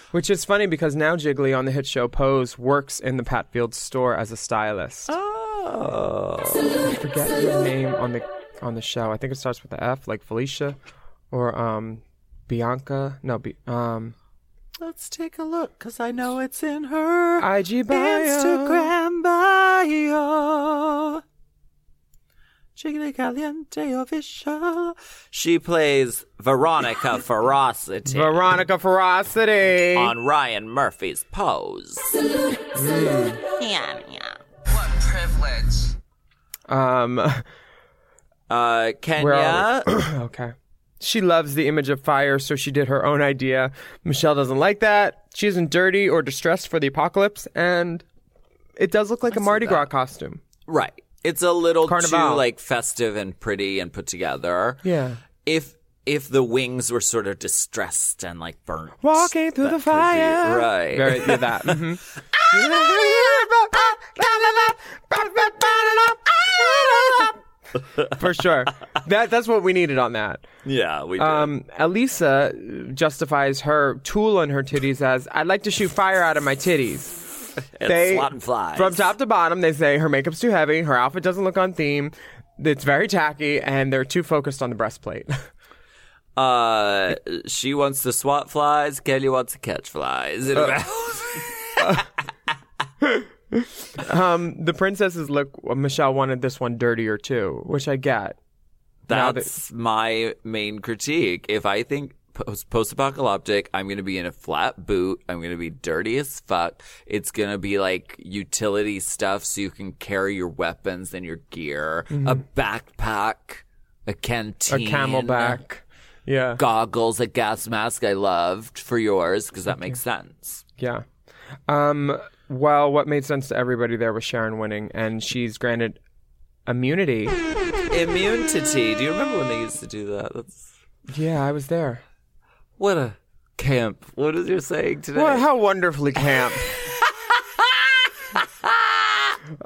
Speaker 4: Which is funny because now Jiggly on the hit show Pose works in the Patfield store as a stylist.
Speaker 3: Oh.
Speaker 4: I forget her name on the on the show. I think it starts with the F, like Felicia, or um, Bianca. No, B, um,
Speaker 3: Let's take a look because I know it's in her
Speaker 4: IG bio.
Speaker 3: Instagram bio. Jiggly Caliente official. She plays
Speaker 4: *laughs*
Speaker 3: Veronica Ferocity.
Speaker 4: Veronica Ferocity.
Speaker 3: on Ryan Murphy's pose.
Speaker 4: Um, *laughs*
Speaker 3: Uh,
Speaker 4: where
Speaker 3: Kenya,
Speaker 4: are we? okay. She loves the image of fire, so she did her own idea. Michelle doesn't like that. She isn't dirty or distressed for the apocalypse, and it does look like a Mardi Gras costume.
Speaker 3: *clears throat* right? It's a little too
Speaker 4: Carnival.
Speaker 3: like festive and pretty and put together.
Speaker 4: Yeah.
Speaker 3: If if the wings were sort of distressed and like burnt,
Speaker 4: Walking through the fire.
Speaker 3: right?
Speaker 4: Very,
Speaker 3: *laughs*
Speaker 4: yeah, Mm-hmm. that. mhm. *laughs* For sure. That that's what we needed on that.
Speaker 3: Yeah, we did.
Speaker 4: Um, Elisa justifies her tool on her titties as I'd like to shoot fire out of my titties.
Speaker 3: It's swatting flies.
Speaker 4: From top to bottom, they say her makeup's too heavy, her outfit doesn't look on theme, it's very tacky, and they're too focused on the breastplate. *laughs*
Speaker 3: Uh, she wants to swat flies. Kelly wants to catch flies.
Speaker 4: Uh.
Speaker 3: In her mouth. *laughs*
Speaker 4: um, the princesses look. Michelle wanted this one dirtier too, which I get. Now that-
Speaker 3: That's my main critique. If I think post apocalyptic, I'm going to be in a flat boot. I'm going to be dirty as fuck. It's going to be like utility stuff so you can carry your weapons and your gear, a backpack, a
Speaker 4: Mm-hmm. a
Speaker 3: canteen,
Speaker 4: camelback. Yeah.
Speaker 3: goggles, a gas mask. I loved for yours because that makes sense.
Speaker 4: Yeah. Um, well, what made sense to everybody there was Sharon winning, and she's granted immunity.
Speaker 3: Immunity. Do you remember when they used to do that? That's
Speaker 4: Yeah, I was there.
Speaker 3: what a camp. What is your saying today?
Speaker 4: Well, how wonderfully camp.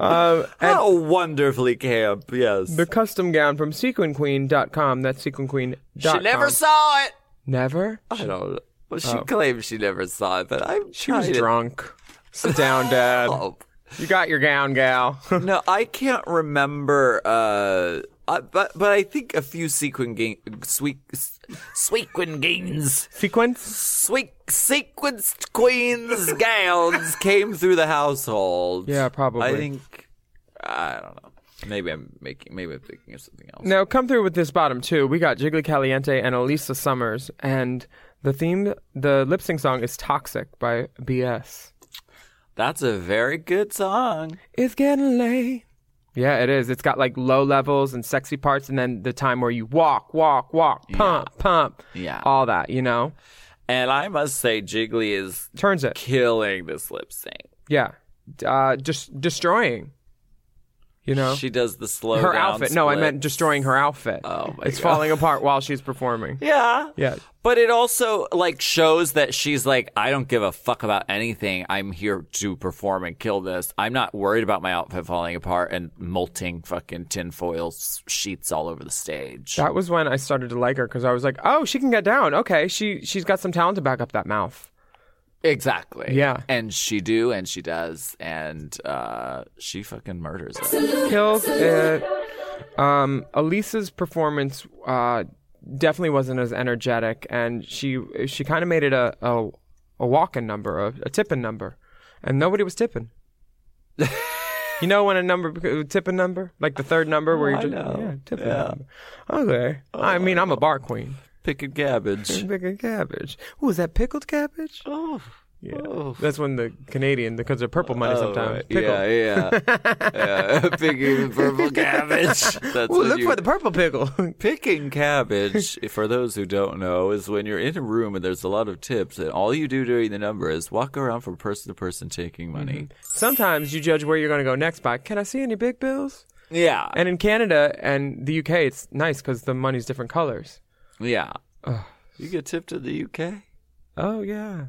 Speaker 4: um, and
Speaker 3: Ah! How wonderfully camp. Yes.
Speaker 4: *laughs* the custom gown from sequinqueen.com. That's sequinqueen.com.
Speaker 3: She never saw it.
Speaker 4: Never?
Speaker 3: I don't. Well, she claims she never saw it, but I'm
Speaker 4: She was drunk. Sit down, Dad.
Speaker 3: Oh.
Speaker 4: You got your gown, gal. *laughs*
Speaker 3: No, I can't remember. Uh, I, but but I think a few sequin gain, sweet, sequin gains,
Speaker 4: Sequence?
Speaker 3: sweet sequenced *laughs* queens gowns came through the household.
Speaker 4: Yeah, probably.
Speaker 3: I think I don't know. Maybe I'm making. Maybe I'm thinking of something else.
Speaker 4: Now, come through with this bottom too. We got Jiggly Caliente and Elisa Summers, and the theme, the lip sync song is "Toxic" by BS.
Speaker 3: That's a very good song.
Speaker 4: It's getting late. Yeah, it is. It's got like low levels and sexy parts, and then the time where you walk, walk, walk, pump, pump,
Speaker 3: Yeah.
Speaker 4: all that. You know,
Speaker 3: And I must say, Jiggly is
Speaker 4: turns it.
Speaker 3: killing this lip sync.
Speaker 4: Yeah, uh, just destroying. You know,
Speaker 3: She does the slow
Speaker 4: her
Speaker 3: down
Speaker 4: outfit. No, I meant
Speaker 3: split.
Speaker 4: destroying her outfit.
Speaker 3: Oh, my
Speaker 4: it's
Speaker 3: God.
Speaker 4: falling apart
Speaker 3: *laughs*
Speaker 4: while she's performing.
Speaker 3: Yeah.
Speaker 4: Yeah.
Speaker 3: But it also like shows that she's like, I don't give a fuck about anything. I'm here to perform and kill this. I'm not worried about my outfit falling apart and molting fucking tinfoil s- sheets all over the stage.
Speaker 4: That was when I started to like her because I was like, "Oh, she can get down. Okay, she she's got some talent to back up that mouth."
Speaker 3: exactly.
Speaker 4: Yeah.
Speaker 3: And she do and she does and uh she fucking murders it.
Speaker 4: Kills it. Um, Elisa's performance uh, definitely wasn't as energetic, and she she kind of made it a a, a walking number, a, a tipping number, and nobody was tipping. you know when a number bec- tipping number like the third number where you're just yeah tipping number. Okay, I mean I'm a bar queen.
Speaker 3: Picking cabbage.
Speaker 4: Pickled cabbage. Ooh, is that pickled cabbage? Oh. Yeah. That's when the Canadian, because they're purple money sometimes. Pickled.
Speaker 3: Yeah, Oh, yeah. yeah. *laughs* Picking purple cabbage. *laughs* That's
Speaker 4: Ooh,
Speaker 3: what
Speaker 4: look
Speaker 3: you-
Speaker 4: for the purple pickle.
Speaker 3: *laughs*
Speaker 4: *laughs*
Speaker 3: Picking cabbage, for those who don't know, is when you're in a room and there's a lot of tips, and all you do during the number is walk around from person to person taking money.
Speaker 4: sometimes you judge where you're going to go next by, can I see any big bills?
Speaker 3: Yeah.
Speaker 4: And in Canada and the UK, it's nice because the money's different colors.
Speaker 3: yeah. You get tipped in the UK?
Speaker 4: Oh, yeah.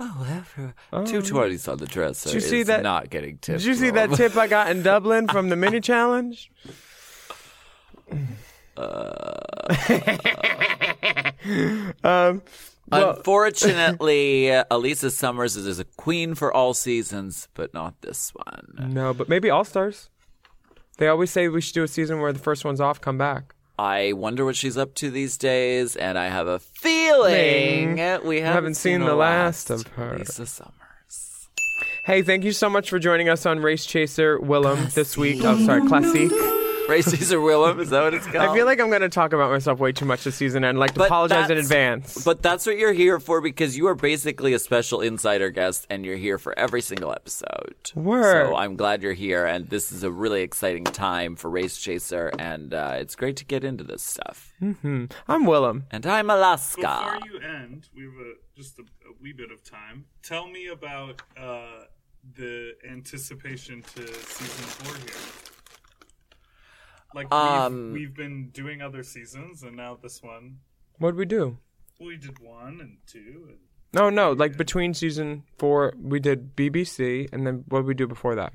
Speaker 3: Oh, everywhere. 220s on the dresser.
Speaker 4: Um, Did you see
Speaker 3: is
Speaker 4: that-
Speaker 3: Not getting tipped.
Speaker 4: Did you see
Speaker 3: *laughs*
Speaker 4: that
Speaker 3: wrong.
Speaker 4: tip I got in Dublin from the mini challenge? um, well, *laughs*
Speaker 3: Unfortunately, Elisa Summers is, is a queen for all seasons, but not this one.
Speaker 4: No, but maybe All Stars. They always say we should do a season where the first one's off, come back.
Speaker 3: I wonder what she's up to these days, and I have a feeling we haven't,
Speaker 4: seen the last of her.
Speaker 3: Elisa Summers.
Speaker 4: Hey, thank you so much for joining us on Race Chaser Willem this week. Oh, sorry, Classique.
Speaker 3: Ray Caesar Willem, is that what it's called?
Speaker 4: *laughs* I feel like I'm going to talk about myself way too much this season and like to
Speaker 3: But
Speaker 4: apologize in
Speaker 3: that's-
Speaker 4: advance.
Speaker 3: But that's what you're here for because you are basically a special insider guest and you're here for every single episode.
Speaker 4: Word.
Speaker 3: So I'm glad you're here and this is a really exciting time for Race Chaser and uh, it's great to get into this stuff.
Speaker 4: I'm Willem.
Speaker 3: And I'm Alaska.
Speaker 5: Before you end, we have a, just a, a wee bit of time. Tell me about uh, the anticipation to season four here. Like
Speaker 3: Um,
Speaker 5: we've, we've been doing other seasons, and now this one.
Speaker 4: What'd we do?
Speaker 5: We did one and two. And
Speaker 4: No, no, like between season four, we did BBC, and then what'd we do before that?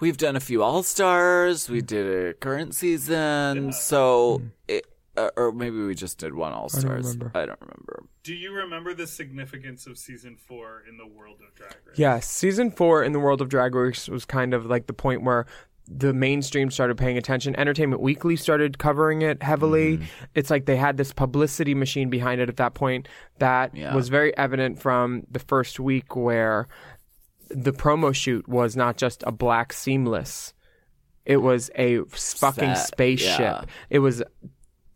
Speaker 3: We've done a few All Stars.
Speaker 4: Mm.
Speaker 3: We did a current season. So, it, uh, or maybe we just did one All Stars.
Speaker 4: remember.
Speaker 3: I don't remember.
Speaker 5: Do you remember the significance of season four in the world of Drag Race?
Speaker 4: Yeah, season four in the world of Drag Race was kind of like the point where the mainstream started paying attention. Entertainment Weekly started covering it heavily.
Speaker 3: Mm-hmm.
Speaker 4: It's like they had this publicity machine behind it at that point that was very evident from the first week where the promo shoot was not just a black seamless. It was a fucking
Speaker 3: Set,
Speaker 4: spaceship.
Speaker 3: yeah.
Speaker 4: It was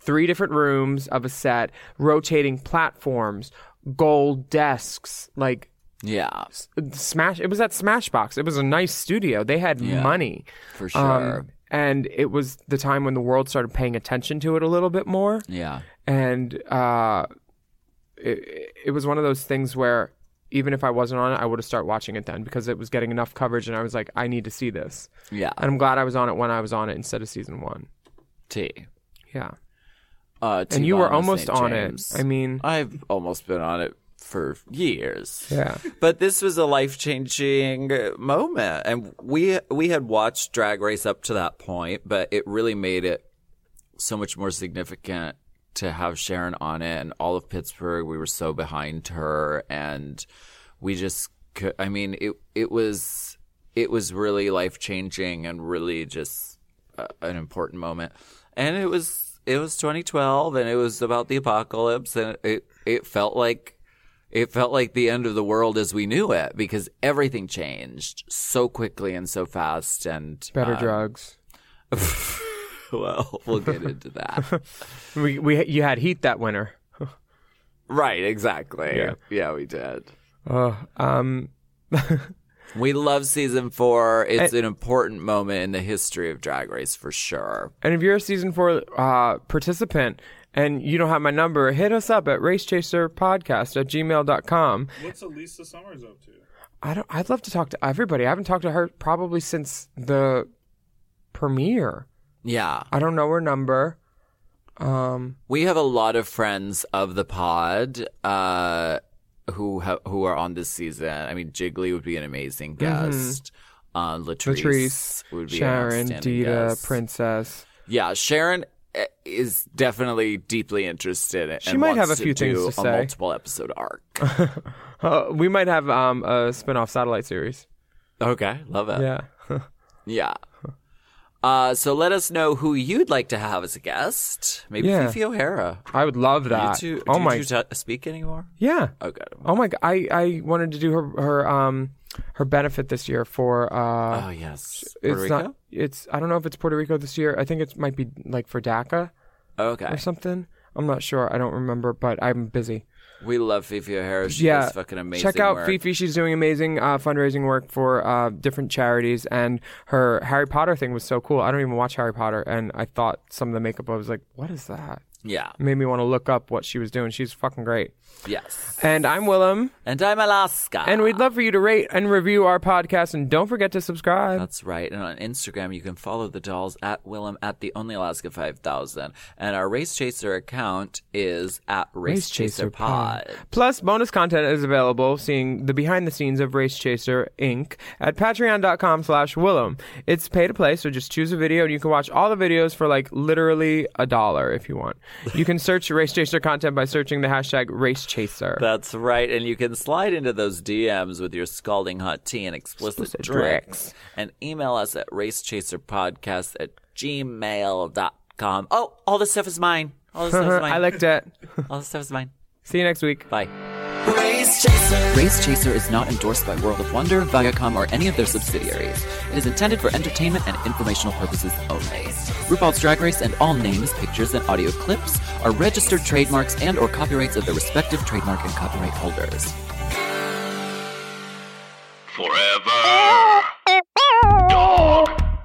Speaker 4: three different rooms of a set, rotating platforms, gold desks, like
Speaker 3: Yeah,
Speaker 4: Smash. It was at Smashbox. It was a nice studio. They had money,
Speaker 3: for
Speaker 4: Um,
Speaker 3: sure.
Speaker 4: and it was the time when the world started paying attention to it a little bit more.
Speaker 3: yeah.
Speaker 4: And uh, it, it was one of those things where even if I wasn't on it, I would have started watching it then because it was getting enough coverage, and I was like, I need to see this.
Speaker 3: Yeah.
Speaker 4: And I'm glad I was on it when I was on it instead of season one.
Speaker 3: T.
Speaker 4: Yeah.
Speaker 3: Uh, T.
Speaker 4: And you were
Speaker 3: Von with
Speaker 4: almost
Speaker 3: St.
Speaker 4: on
Speaker 3: James. Uh,
Speaker 4: it. I mean,
Speaker 3: I've almost been on it for years.
Speaker 4: yeah.
Speaker 3: But this was a life-changing moment and we we had watched Drag Race up to that point, but it really made it so much more significant to have Sharon on it and all of Pittsburgh. We were so behind her and we just could, I mean, it it was it was really life-changing and really just a, an important moment. And it was it was 2012 and it was about the apocalypse and it it felt like it felt like the end of the world as we knew it because everything changed so quickly and so fast and
Speaker 4: Better
Speaker 3: uh,
Speaker 4: drugs.
Speaker 3: *laughs* well we'll get into that
Speaker 4: We, we you had heat that winter.
Speaker 3: right exactly
Speaker 4: Yeah.
Speaker 3: yeah we did
Speaker 4: Uh,
Speaker 3: *laughs*
Speaker 4: um,
Speaker 3: we love season four it's an important moment in the history of drag race for sure
Speaker 4: And if you're a season four uh, participant and you don't have my number, hit us up at racechaserpodcast at gmail.com.
Speaker 5: What's Elisa Summers up to?
Speaker 4: I don't, I'd love to talk to everybody. I haven't talked to her probably since the premiere.
Speaker 3: yeah
Speaker 4: I don't know her number. Um,
Speaker 3: We have a lot of friends of the pod uh, who ha- who are on this season. I mean, Jiggly would be an amazing guest. Uh, Latrice,
Speaker 4: Mm-hmm. Latrice,
Speaker 3: would be an
Speaker 4: Sharon,
Speaker 3: outstanding
Speaker 4: Dita,
Speaker 3: guest.
Speaker 4: Princess.
Speaker 3: Yeah, Sharon uh, is definitely deeply interested. In,
Speaker 4: She
Speaker 3: and
Speaker 4: might
Speaker 3: wants
Speaker 4: have a few
Speaker 3: to
Speaker 4: things
Speaker 3: do
Speaker 4: to
Speaker 3: a
Speaker 4: say.
Speaker 3: multiple episode arc.
Speaker 4: *laughs* Uh, we might have um, a spin off satellite series.
Speaker 3: okay, love it.
Speaker 4: Yeah.
Speaker 3: Yeah. Uh, so let us know who you'd like to have as a guest. Maybe
Speaker 4: Yeah.
Speaker 3: Fifi O'Hara.
Speaker 4: I would love
Speaker 3: Do you
Speaker 4: that.
Speaker 3: two,
Speaker 4: oh
Speaker 3: do
Speaker 4: my.
Speaker 3: you two t- speak anymore?
Speaker 4: yeah.
Speaker 3: Okay.
Speaker 4: Oh my god, I, I wanted to do her her um her benefit this year for uh
Speaker 3: Oh yes. Puerto
Speaker 4: it's
Speaker 3: Rico?
Speaker 4: not it's I don't know if it's Puerto Rico this year. I think it might be like for DACA
Speaker 3: okay.
Speaker 4: or something. I'm not sure. I don't remember, but I'm busy.
Speaker 3: We love Fifi O'Hara. She
Speaker 4: yeah,
Speaker 3: does fucking amazing.
Speaker 4: Check out
Speaker 3: work.
Speaker 4: Fifi. She's doing amazing uh, fundraising work for uh, different charities, and her Harry Potter thing was so cool. I don't even watch Harry Potter, and I thought some of the makeup. I was like, what is that?
Speaker 3: Yeah.
Speaker 4: It made me want to look up what she was doing. She's fucking great.
Speaker 3: Yes.
Speaker 4: And I'm Willem.
Speaker 3: And I'm Alaska.
Speaker 4: And we'd love for you to rate and review our podcast. And don't forget to subscribe.
Speaker 3: That's right. And on Instagram, you can follow the dolls at Willem at the Only Alaska 5000. And our Race Chaser account is at Race, Chaser, Pod.
Speaker 4: Plus, bonus content is available, seeing the behind the scenes of Race Chaser Inc. at patreon.com slash Willem. It's pay to play, so just choose a video and you can watch all the videos for like literally a dollar if you want. You can search Race Chaser content by searching the hashtag Race Chaser.
Speaker 3: That's right. And you can slide into those DMs with your scalding hot tea and explicit,
Speaker 4: Explicit
Speaker 3: drinks.
Speaker 4: drinks.
Speaker 3: And email us at racechaserpodcast at gmail.com. Oh, all this stuff is mine. All this stuff *laughs* is mine.
Speaker 4: *laughs* I liked it.
Speaker 3: all this stuff is mine.
Speaker 4: See you next week.
Speaker 3: Bye.
Speaker 2: Race chaser.
Speaker 3: Race Chaser is not endorsed by World of Wonder, Viacom, or any of their subsidiaries. It is intended for entertainment and informational purposes only. RuPaul's Drag Race and all names, pictures, and audio clips are registered trademarks and or copyrights of their respective trademark and copyright holders.
Speaker 1: Forever. Dog.